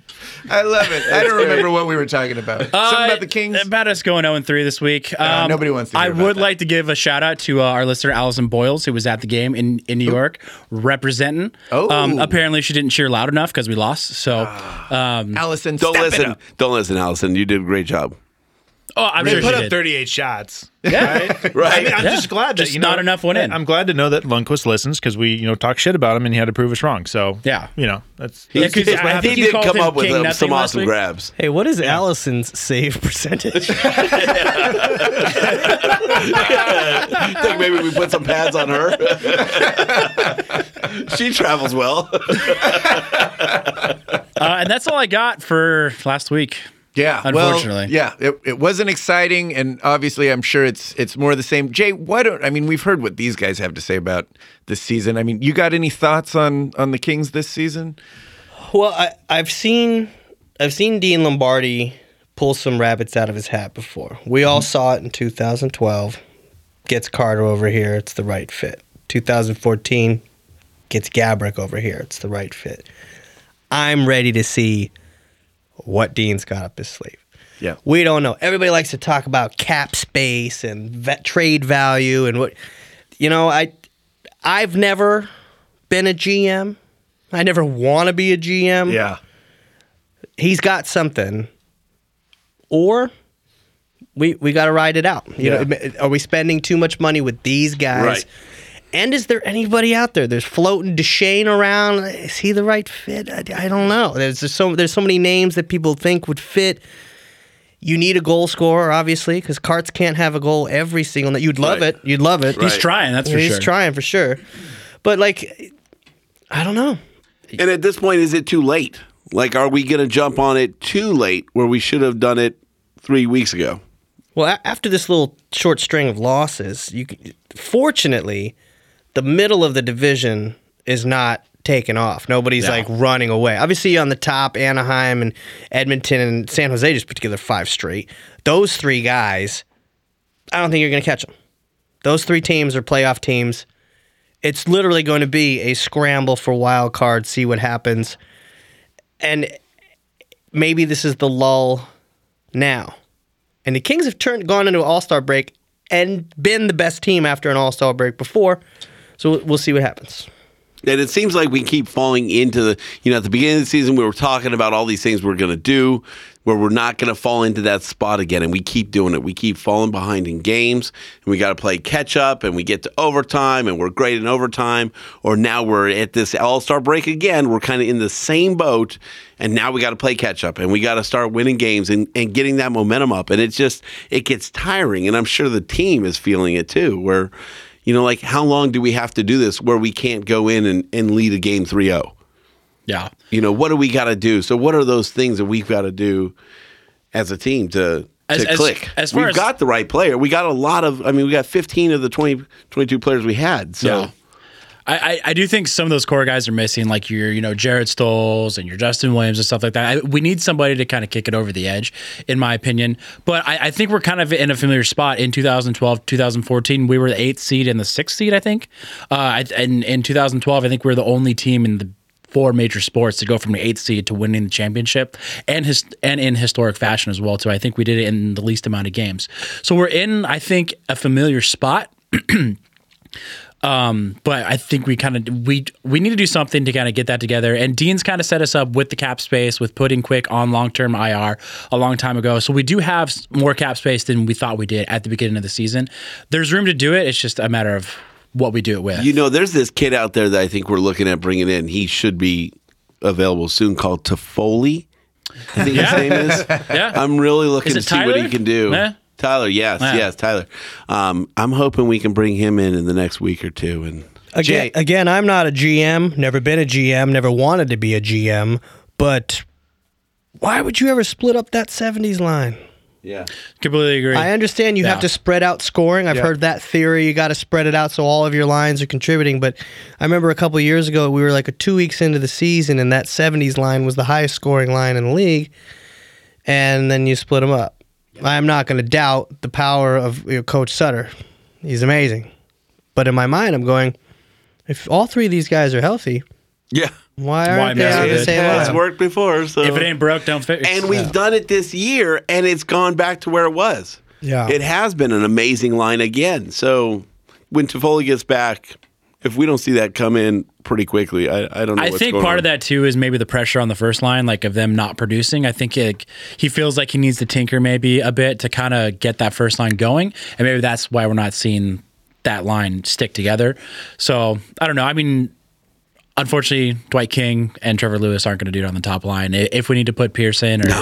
I love it. I don't remember what we were talking about. Something
Uh,
about the Kings.
About us going 0 3 this week. Um,
Uh, nobody wants to hear
I
about
would
that.
like to give a shout out to uh, our listener, Allison Boyles, who was at the game in, in New York representing.
Oh. Ah.
Um, apparently, she didn't cheer loud enough because we lost. So, um,
Allison,
Don't
step it
listen.
up.
Don't listen, Allison. You did a great job.
oh, I'm
They
sure
put
she
up
did.
38 shots.
Yeah.
I mean, I'm
Yeah.
just glad that
Just
you know,
not enough went in.
I'm glad to know that Lundqvist listens because we you know talk shit about him and he had to prove us wrong. So
Yeah.
you know that's
Yeah, 'cause I
he
think you
did
called
come
him
up with
King
um,
Nothing
some
last
awesome
week.
grabs.
Hey, what is Allison's save percentage?
I think maybe we put some pads on her. she travels well.
Uh, and that's all I got for last week.
Yeah,
Unfortunately.
Well, yeah, it, it wasn't exciting, and obviously, I'm sure it's it's more the same. Jay, why don't I mean we've heard what these guys have to say about this season. I mean, you got any thoughts on on the Kings this season?
well, I, I've seen I've seen Dean Lombardi pull some rabbits out of his hat before. We all saw it in 2012. Gets Carter over here, it's the right fit. 2014 gets Gabrick over here, it's the right fit. I'm ready to see what Dean's got up his sleeve.
Yeah.
We don't know. Everybody likes to talk about cap space and va- trade value and what you know, I I've never been a GM. I never want to be a GM.
Yeah,
He's got something. Or we we got to ride it out. You know, are we spending too much money with these guys?
Right.
And is there anybody out there? There's floating Deshane around. Is he the right fit? I, I don't know. There's just so there's so many names that people think would fit. You need a goal scorer, obviously, because Carts can't have a goal every single night. You'd love
Right.
it. You'd love it.
Right.
He's trying, that's for
He's
sure.
trying for sure. But like, I don't know.
And at this point, is it too late? Like, are we going to jump on it too late where we should have done it three weeks ago?
Well, a- after this little short string of losses, you c- fortunately, the middle of the division is not taken off. Nobody's like running away. Obviously, on the top, Anaheim and Edmonton and San Jose just put together five straight. Those three guys, I don't think you're going to catch them. Those three teams are playoff teams. It's literally going to be a scramble for wild card, see what happens. And maybe this is the lull now. And the Kings have turned gone into an All Star break and been the best team after an All Star break before. So we'll- we'll see what happens.
And it seems like we keep falling into the, you know, at the beginning of the season, we were talking about all these things we're going to do where we're not going to fall into that spot again. And we keep doing it. We keep falling behind in games and we got to play catch up and we get to overtime and we're great in overtime. Or now we're at this all star break again. We're kind of in the same boat. And now we got to play catch up and we got to start winning games and, and getting that momentum up. And it's just, it gets tiring. And I'm sure the team is feeling it too, where, you know, like how long do we have to do this where we can't go in and, and lead a game 3 0?
Yeah.
You know, what do we got to do? So, what are those things that we've got to do as a team to,
As-
to
as-
click?
as far
we've
as-
got the right player. We got a lot of, I mean, we got 15 of the 20, 22 players we had. So,
Yeah. I, I, I do think some of those core guys are missing, like your, you know, Jared Stoles and your Justin Williams and stuff like that. I, we need somebody to kind of kick it over the edge, in my opinion. But I, I think we're kind of in a familiar spot. In 2012, 2014, we were the eighth seed and the sixth seed, I think. Uh, I, and in 2012, I think we are the only team in the four major sports to go from the eighth seed to winning the championship and his and in historic fashion as well too. I think we did it in the least amount of games. So we're in, I think, a familiar spot Um, but I think we kind of we we need to do something to kind of get that together. And Dean's kind of set us up with the cap space with putting Quick on long term IR a long time ago. So we do have s- more cap space than we thought we did at the beginning of the season. There's room to do it. It's just a matter of what we do it with.
You know, there's this kid out there that I think we're looking at bringing in. He should be available soon called Toffoli. I think
Yeah.
his name is.
Yeah.
I'm really looking
Is
to
it
see what he
Tyler?
can do.
Yeah.
Tyler, yes,
Yeah.
yes, Tyler. Um, I'm hoping we can bring him in in the next week or two. And
Again, again, I'm not a GM. Never been a GM. Never wanted to be a GM. But why would you ever split up that '70s line?
yeah,
completely agree.
I understand you have
Yeah.
to spread out scoring. I've
Yeah.
heard that theory. You got to spread it out so all of your lines are contributing. But I remember a couple years ago, we were like a two weeks into the season, and that 70s line was the highest scoring line in the league. And then you split them up. I'm not going to doubt the power of you know, Coach Sutter. He's amazing. But in my mind, I'm going, if all three of these guys are healthy,
yeah,
why aren't they
mess
on
with
the
it?
same
it's
line?
worked before. So
If it ain't broke, don't fix.
and we've done it this year, and it's gone back to where it was.
Yeah.
It has been an amazing line again. So when Toffoli gets back, if we don't see that come in pretty quickly, I, I don't know.
I
what's
think
going
part
on.
of that too is maybe the pressure on the first line, like of them not producing. I think it, he feels like he needs to tinker maybe a bit to kind of get that first line going, and maybe that's why we're not seeing that line stick together. So I don't know. I mean, unfortunately, Dwight King and Trevor Lewis aren't going to do it on the top line. I- If we need to put Pearson or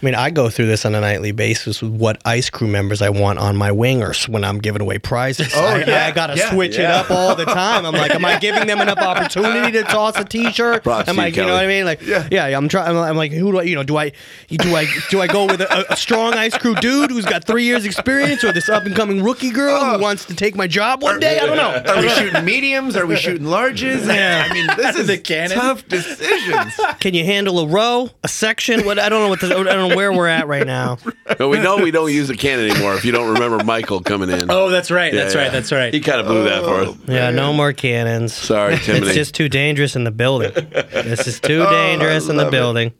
I mean, I go through this on a nightly basis with what ice crew members I want on my wingers when I'm giving away prizes.
Oh,
I,
yeah.
I gotta
Yeah.
switch it
Yeah.
up all the time. I'm like, am I giving them enough opportunity to toss a T-shirt?
Props to
am
you,
I, you know
Kelly.
what I mean? Like, yeah, yeah I'm trying. I'm, I'm like, who do I, you know, do I, do I, do I go with a, a strong ice crew dude who's got three years experience, or this up and coming rookie girl
Oh.
who wants to take my job one day? I don't know.
Are we shooting mediums? Are we shooting larges?
Yeah.
I mean, this is
The cannon.
tough decisions.
Can you handle a row, a section? What I don't know what the, I don't know where we're at right now.
But we know we don't use the can anymore. If you don't remember Michael coming in.
Oh, that's right. That's right. That's right.
He kind of blew that for us.
Yeah, no more cannons.
Sorry, Timothy.
It's just too dangerous in the building. this is too dangerous in the building.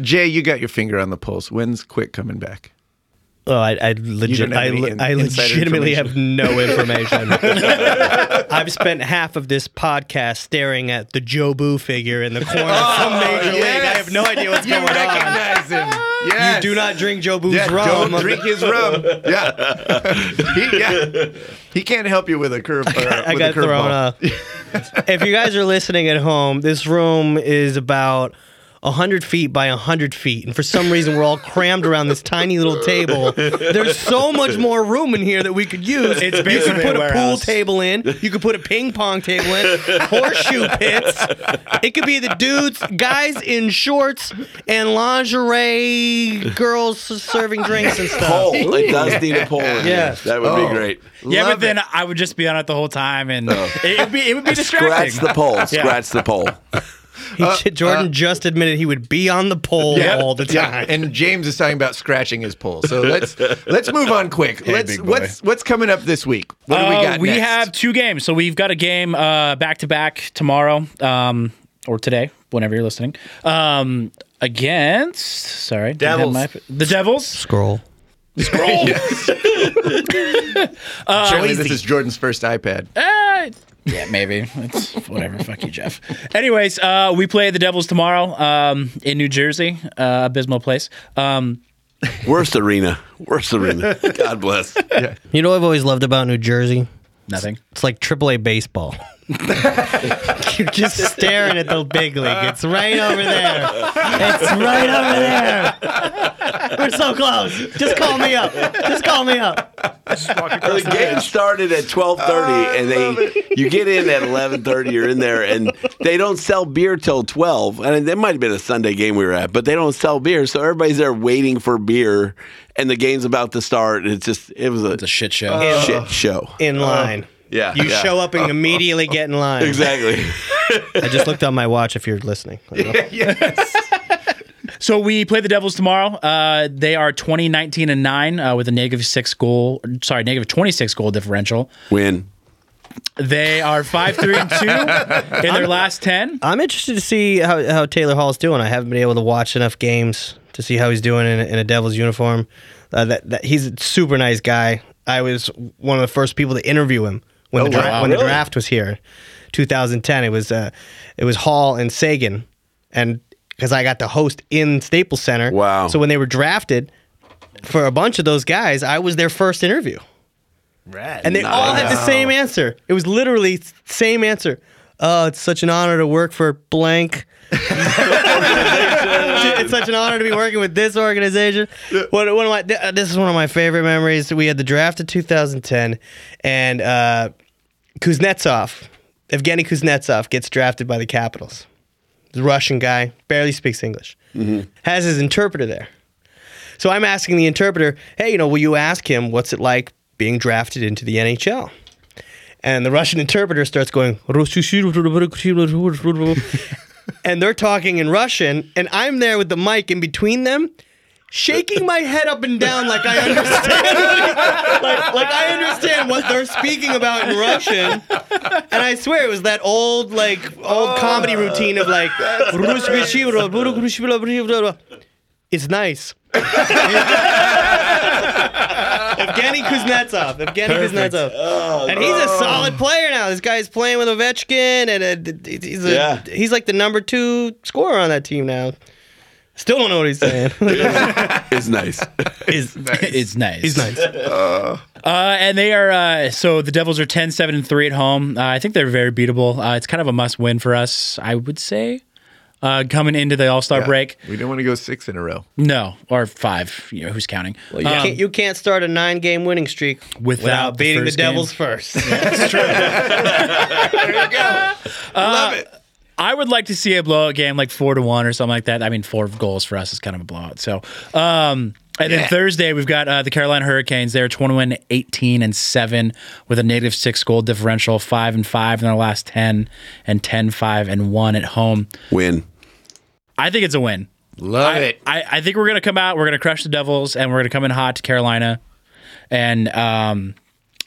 Jay, you got your finger on the pulse. When's Quick coming back?
Oh, I, I legit,
don't have
I,
any
le-
in-
I
insider
legitimately
information.
have no information. I've spent half of this podcast staring at the Joe Boo figure in the corner from Major League. I have no idea what's going
Oh, recognize on. Him. Yes.
You do not drink Joe Boo's
Yeah,
rum.
Don't drink his rum. Yeah. he, yeah. He can't help you with a curve. or
I
Uh, with
got
a curve
thrown
ball.
up. if you guys are listening at home, this room is about 100 feet by 100 feet. And for some reason, we're all crammed around this tiny little table. There's so much more room in here that we could use.
It's
you
basically
could put
a
a pool
warehouse.
table in, you could put a ping pong table in, horseshoe pits. It could be the dudes, guys in shorts and lingerie, girls serving drinks and stuff.
Poll. It does need a poll. In Here.
Yeah.
That would
Oh.
be great.
yeah, but then I would just be on it the whole time, and
Oh.
it would be it would be distracting.
Scratch the poll.
Yeah.
Scratch the poll.
He,
uh,
Jordan just admitted he would be on the pole
Yeah,
all the
yeah.
time.
And James is talking about scratching his pole. So let's let's move on quick.
Hey,
let's
big boy.
what's what's coming up this week? What do we
Uh,
got?
We
next?
have two games. So we've got a game uh, back to back tomorrow um, or today, whenever you're listening. Um, against, sorry, didn't have
Devils.
the Devils.
Scroll.
Scroll.
uh,
Surely this is Jordan's first iPad.
Eh, yeah, maybe. It's whatever. Fuck you, Jeff. Anyways, uh, we play the Devils tomorrow um, in New Jersey, uh, abysmal place. Um,
Worst arena. Worst arena. God bless.
You know what I've always loved about New Jersey?
Nothing.
It's like AAA baseball. You're just staring at the big league. It's right over there. It's right over there. We're so close. Just call me up. Just call me up.
the game started at 12:30 and they you get in at 11:30 you're in there and they don't sell beer till 12 I and mean, it might have been a Sunday game we were at but they don't sell beer so everybody's there waiting for beer and the game's about to start and it's just it was a,
a shit show
shit show
In line.
Uh, yeah
You
yeah. Uh,
show up and immediately get in line.
exactly
I just looked on my watch if you're listening.
So we play the Devils tomorrow. Uh, they are 20, 19, and 9 uh, with a negative 6 goal, sorry, negative 26 goal differential.
win
They are 5 3 and 2 in their last 10.
I'm interested to see how, how Taylor Hall's doing. I haven't been able to watch enough games to see how he's doing in, a- in a Devils uniform. Uh, that, that he's a super nice guy. I was one of the first people to interview him when,
Oh,
the, dra-
wow.
when the
Really?
draft was here, 2010. It was uh, it was Hall and Sagan, and because I got to host in Staples Center. Wow! So when they were drafted, for a bunch of those guys, I was their first interview. And they all had the same answer. It was literally s- same answer. Oh, it's such an honor to work for blank. it's such an honor to be working with this organization. One, one of my, th- this is one of my favorite memories. We had the draft of 2010, and uh, Kuznetsov, Evgeny Kuznetsov, gets drafted by the Capitals. The Russian guy barely speaks English. Has his interpreter there. So I'm asking the interpreter, hey, you know, will you ask him what's it like being drafted into the NHL? And the Russian interpreter starts going, and they're talking in Russian, and I'm there with the mic in between them, shaking my head up and down like I understand, like, like I understand what they're speaking about in Russian. And I swear it was that old, like, old comedy routine of like, it's nice. Evgeny Kuznetsov. Evgeny
Perfect.
Kuznetsov.
Oh,
and he's a
no.
solid player now. This guy's playing with Ovechkin, and uh, d- d- he's, a,
Yeah.
he's like the number two scorer on that team now. Still don't know what he's saying.
it's nice.
It's
nice. it's nice.
He's nice.
Uh, and they are uh, so the Devils are 10, 7, and 3 at home. Uh, I think they're very beatable. Uh, it's kind of a must win for us, I would say, uh, coming into the All Star
Yeah.
break.
We don't want to go six in a row.
No, or five. You know, who's counting?
you,
Um,
can't, you can't start a nine game winning streak
Without the
beating the,
first game.
Devils first. Uh,
Love it. I would like to see a blowout game like four to one or something like that. I mean, four goals for us is kind of a blowout. So, um, and then
Yeah.
Thursday we've got uh, the Carolina Hurricanes. They're 21, 18, and seven with a negative six goal differential, five and five in their last ten, and 10, 5, and one at home.
Win.
I think it's a win.
Love
I,
it.
I, I think we're gonna come out. We're gonna crush the Devils, and we're gonna come in hot to Carolina, and um,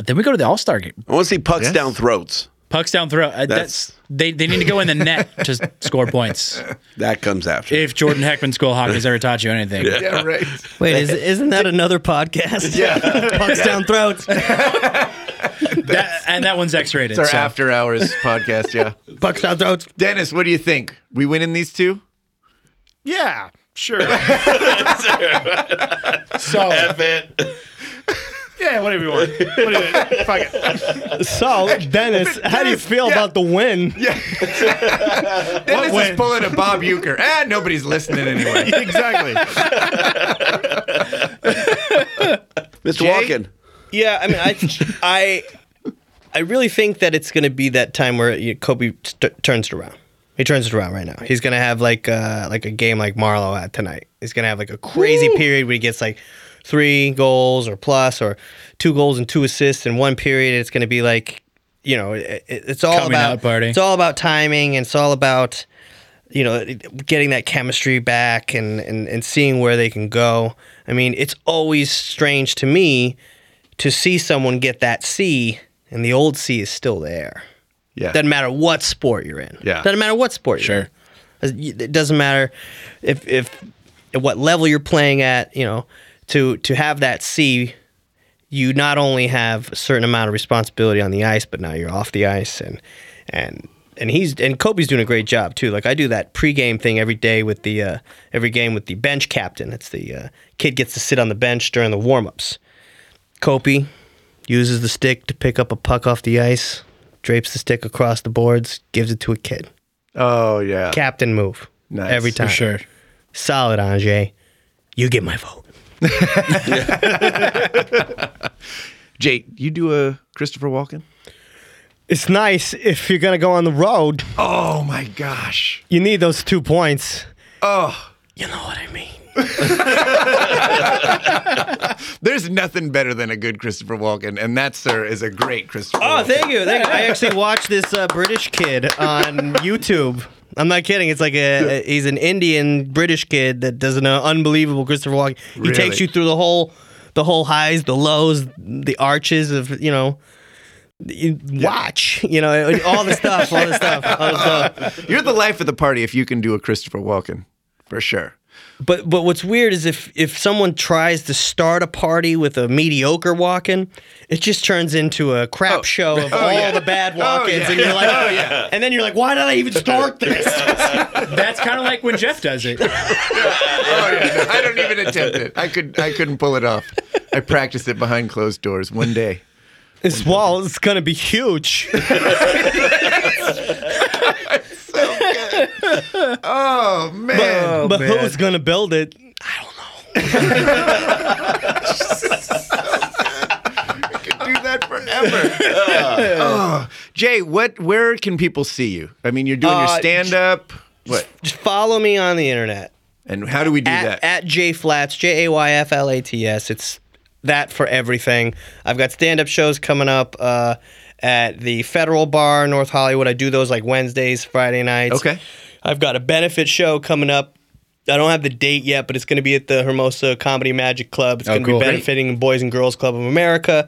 then we go to the All Star game.
I want to see pucks down throats.
Pucks down throw.
That's-
Uh, that's they, they need to go in the net to score points.
That comes after.
If Jordan Heckman school hockey's ever taught you anything,
right.
Wait, is, isn't that another podcast?
Yeah.
Pucks down throats.
That, and that one's X-rated.
It's uh, our
so.
after hours podcast. Yeah.
Bucks out throats.
Dennis, what do you think? We win in these two?
Yeah, sure.
so
F it. Yeah, whatever you want. What do you want. Fuck it.
So, Dennis, how do you feel about the win?
Dennis is pulling a Bob Euchre. Ah, nobody's listening anyway.
exactly.
Mr. Walken.
Yeah, I mean, I, I, I really think that it's going to be that time where you know, Kobe st- turns it around. He turns it around right now. He's going to have like uh, like a game like Marlowe at tonight. He's going to have like a crazy period where he gets like three goals or plus or two goals and two assists in one period. It's going to be like, you know, it, it- it's all
Coming
about
out party.
it's all about timing and it's all about you know getting that chemistry back and, and and seeing where they can go i mean it's always strange to me to see someone get that c and the old c is still there
Yeah.
doesn't matter what sport you're in
Yeah.
doesn't matter what sport sure you're in. it doesn't matter if if at what level you're playing at you know to to have that c you not only have a certain amount of responsibility on the ice, but now you're off the ice and and and he's and Kobe's doing a great job too. Like I do that pregame thing every day with the uh, every game with the bench captain. It's the uh, kid gets to sit on the bench during the warmups. Kobe uses the stick to pick up a puck off the ice, drapes the stick across the boards, gives it to a kid.
Oh, yeah.
Captain move
Nice.
every
For
time.
sure.
solid, Anjay. You get my vote.
Jake, you do a Christopher Walken?
It's nice if you're gonna go on the road.
Oh, my gosh.
You need those two points.
Oh. You know what I mean. There's nothing better than a good Christopher Walken, and that, sir, is a great Christopher
Oh,
Walken.
thank you. Thank you. I actually watched this uh, British kid on YouTube. I'm not kidding. It's like a, a- he's an Indian British kid that does an uh, unbelievable Christopher Walken. He
Really?
takes you through the whole the whole highs, the lows, the arches of you know. you Watch, you know, all the stuff, all the stuff, all the stuff.
You're the life of the party if you can do a Christopher Walken, for sure.
But but what's weird is if if someone tries to start a party with a mediocre walk-in, it just turns into a
Oh.
crap show of all the bad walk-ins, and you're like, and then you're like, why did I even start this?
That's kind of like when Jeff does it.
Oh, I don't even attempt it. I could I couldn't pull it off. I practiced it behind closed doors one day.
This wall is gonna be huge.
Oh man.
But, uh, but who's gonna build it?
do that forever. oh. Jay, what? Where can people see you? I mean, you're doing your
Uh,
stand up. What?
Just follow me on the internet.
And how do we do
at,
that?
at J Flats, J A Y F L A T S. It's that for everything. I've got stand up shows coming up uh, at the Federal Bar, in North Hollywood. I do those like Wednesdays, Friday nights.
Okay.
I've got a benefit show coming up. I don't have the date yet, but it's going to be at the Hermosa Comedy Magic Club. It's
Oh,
going to
cool.
be benefiting Boys and Girls Club of America.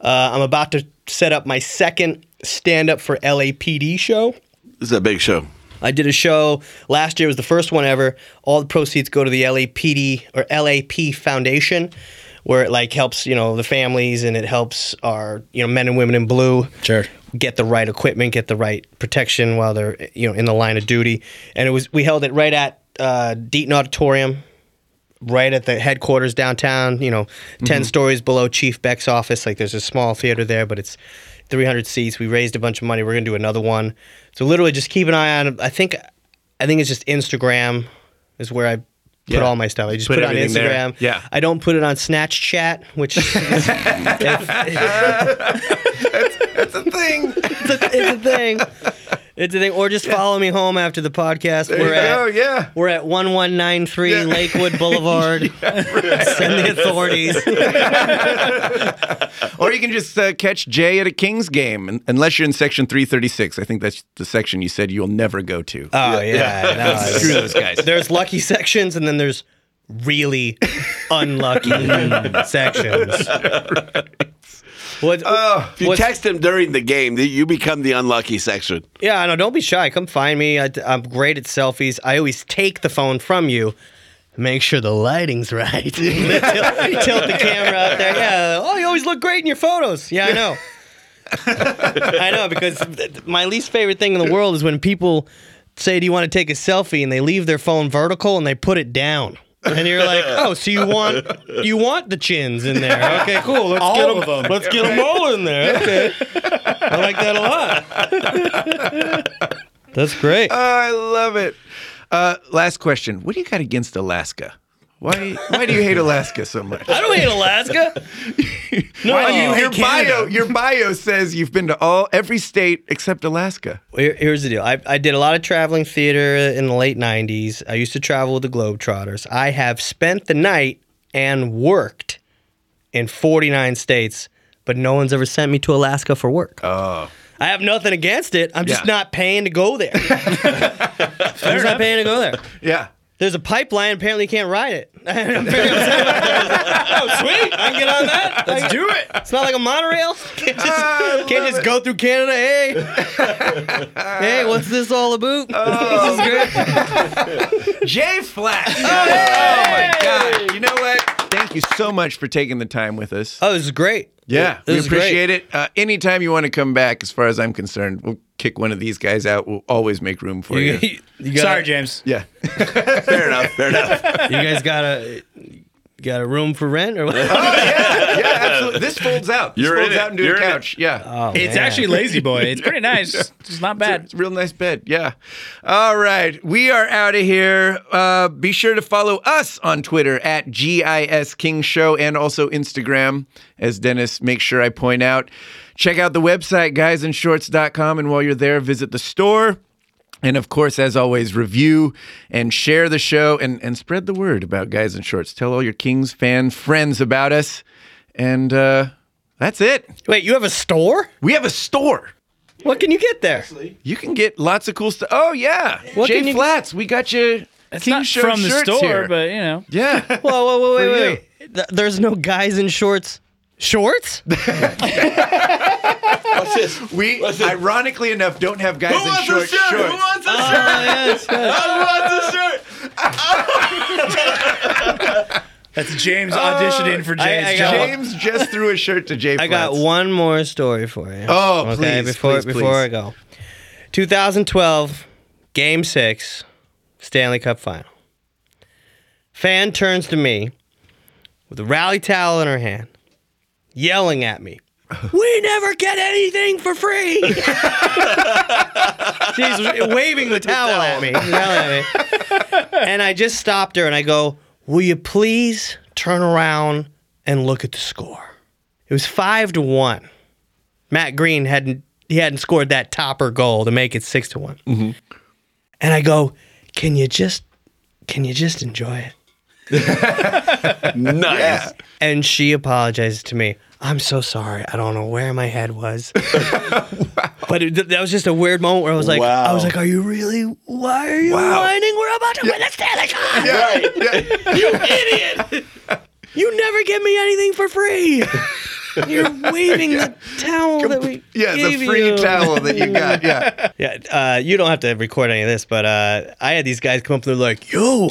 Uh, I'm about to set up my second stand up for LAPD show.
This is a big show.
I did a show last year. It was the first one ever. All the proceeds go to the LAPD or LAP Foundation, where it like helps you know the families and it helps our you know men and women in blue
Sure.
get the right equipment, get the right protection while they're you know in the line of duty. And it was we held it right at uh, Deaton Auditorium, right at the headquarters downtown. You know,
Mm-hmm.
10 stories below Chief Beck's office. Like there's a small theater there, but it's 300 seats. We raised a bunch of money. We're gonna do another one. So literally, just keep an eye on. I think, I think it's just Instagram is where I. Put
Yeah.
all my stuff. I just
Put
put, it on
everything there.
Instagram.
Yeah.
I don't put it on Snapchat, which is
That's a thing.
it's, a, it's a thing. It's a thing. Or just follow me home after the podcast.
There you
we're at
go, yeah.
we're at one one nine three Lakewood Boulevard. Send the authorities.
Or you can just uh, catch Jay at a Kings game, un- unless you're in section 336. I think that's the section you said you'll never go to.
Oh yeah, no, it's-
Screw those guys.
There's lucky sections, and then there's really unlucky sections. What?
Uh,
If you
what's-
text him during the game, th- you become the unlucky section.
Yeah, no, don't be shy. Come find me. I, am great at selfies. I always take the phone from you. Make sure the lighting's right. tilt, tilt the camera out there. Yeah. Oh, you always look great in your photos. Yeah, I know. I know because th- my least favorite thing in the world is when people say, "Do you want to take a selfie?" and they leave their phone vertical and they put it down. And you're like, "Oh, so you want you want the chins in there? Okay, cool. Let's get 'em- Let's get them all in there. Okay, I like that a lot." That's great.
Oh, I love it. Uh, last question: What do you got against Alaska? Why, why do you hate Alaska so much?
I don't hate Alaska. no,
Why do you-
you
your
hate
bio,
Canada.
your bio says you've been to all every state except Alaska.
Here- Here's the deal. I, I did a lot of traveling theater in the late 90s. I used to travel with the Globetrotters. I have spent the night and worked in 49 states, but no one's ever sent me to Alaska for work. Oh. I have nothing against it. I'm just
Yeah.
not paying to go there. I'm just not paying to go there.
Yeah.
There's a pipeline. Apparently, you can't ride it. Apparently, I'm saying- oh, sweet! I can get on that. Let's do it. It's not like a monorail. Can't just, can't just go through Canada. Hey, hey, what's this all about? This is great.
Jay Flat. Oh, my God. You know what? Thank you so much for taking the time with us.
Oh, this is great.
yeah,
this
we
is great.
appreciate it. Uh, anytime you want to come back, as far as I'm concerned, we'll kick one of these guys out. We'll always make room for you.
You, you got,
Sorry, James.
yeah.
Fair enough. Fair enough.
You guys got a got a room for rent or what?
Oh, yeah, yeah, absolutely. This folds out. This
You're in
folds
it.
out into
You're
a
in it.
couch. Yeah.
Oh,
it's actually Lazy Boy. It's pretty nice. It's not bad.
It's a real nice bed. Yeah. All right. We are out of here. Uh, be sure to follow us on Twitter at GIS King Show and also Instagram, as Dennis makes sure I point out. Check out the website, guysinshorts.com. And while you're there, visit the store. And of course, as always, review and share the show and, and spread the word about Guys in Shorts. Tell all your Kings fan friends about us. And uh, that's it.
Wait, you have a store?
We have a store.
What can you get there?
You can get lots of cool stuff. Oh yeah,
What
Jay
can you-
Flats. We got you.
It's
King
not
Show
from the
shirts
store,
here.
but you know.
yeah,
Whoa, Oh, whoa, whoa, wait,
For
wait, wait. Th- there's no guys in shorts. Shorts?
What's this?
we
Oh,
ironically enough don't have guys in short shorts.
Who wants a shirt?
yes.
Who wants a shirt?
That's James auditioning for James'
I
job.
got-
James just threw a shirt to Jay.
I got
Platts.
one more story for you.
Oh, please,
before
please,
before
please.
I go, 2012 Game Six, Stanley Cup Final. Fan turns to me with a rally towel in her hand, yelling at me. We never get anything for free. She's waving the towel at me, yelling at me. And I just stopped her and I go, Will you please turn around and look at the score? It was five to one. Matt Green hadn't he hadn't scored that topper goal to make it six to one. And I go, Can you just can you just enjoy it?
nice.
And she apologizes to me. I'm so sorry. I don't know where my head was. But it, th- that was just a weird moment where I was like, I was like, are you really? Why are you
Wow.
whining? We're about to win the Stanley Cup.
you idiot!
You never give me anything for free. You're waving the towel that we
Yeah, the
gave
free
you.
towel that you got, yeah.
yeah. Uh, you don't have to record any of this, but uh, I had these guys come up and they're like, "Yo,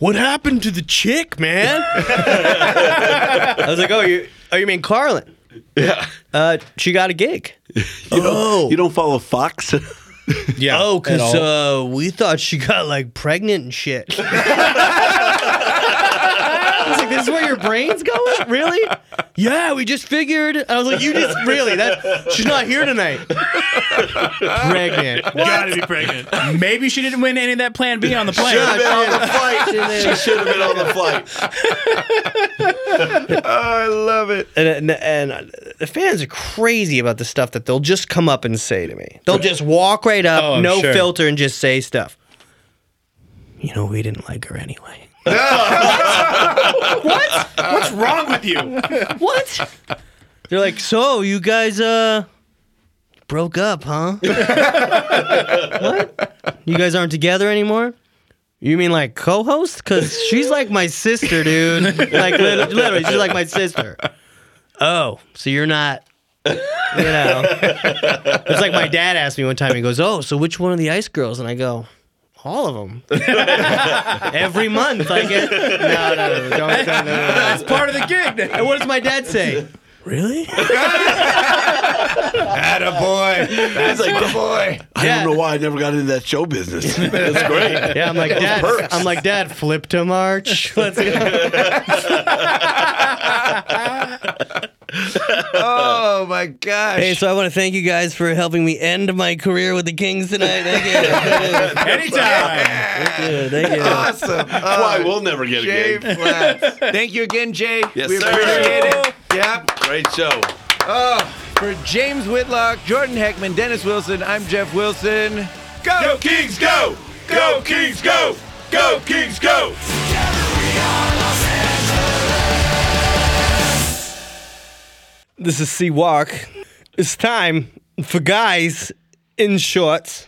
what happened to the chick, man?" I was like, "Oh, you? Oh, you mean Carlin? Yeah. Uh, she got a gig.
You don't, you don't follow Fox?
yeah.
Oh,
at
because
all.
uh, we thought she got like pregnant and shit. I was like, this is where your brain's going? Really? Yeah, we just figured. I was like, you just really that she's not here tonight. pregnant.
Gotta be pregnant. Maybe she didn't win any of that Plan B on the plane.
Should've been on the flight. She should've been on the flight.
oh, I love it. And, and, and the fans are crazy about the stuff that they'll just come up and say to me. They'll just walk right up,
Oh, I'm
no
sure.
filter, and just say stuff. You know, we didn't like her anyway.
what? What's wrong with you?
What? They're like, so you guys uh broke up, huh? what? You guys aren't together anymore? You mean like co-host? Cause she's like my sister, dude. Like lit- literally, she's like my sister. Oh, so you're not. You know, it's like my dad asked me one time. He goes, "Oh, so which one of the Ice Girls?" And I go, "All of them." Every month I get no, no, no, don't, don't, no, no, no.
That's part of the gig.
And what does my dad say? Really?
Attaboy.
That's like, boy. I don't know why I never got into that show business. That's great.
Yeah, I'm like
Those
dad.
perks.
I'm like dad. Flip to March. Let's go.
oh my gosh.
Hey, so I want to thank you guys for helping me end my career with the Kings tonight. Thank you.
Anytime.
Thank you. Thank you.
Awesome.
That's why we'll never get
Jay
a gig.
Platts. Thank you again, Jay.
Yes,
we
sir.
appreciate it. Yep.
Great show.
Oh, for James Whitlock, Jordan Heckman, Dennis Wilson, I'm Jeff Wilson. Go, Kings, go! Go, Kings, go! Go, Kings, go!
This is C Walk. It's time for guys in shorts.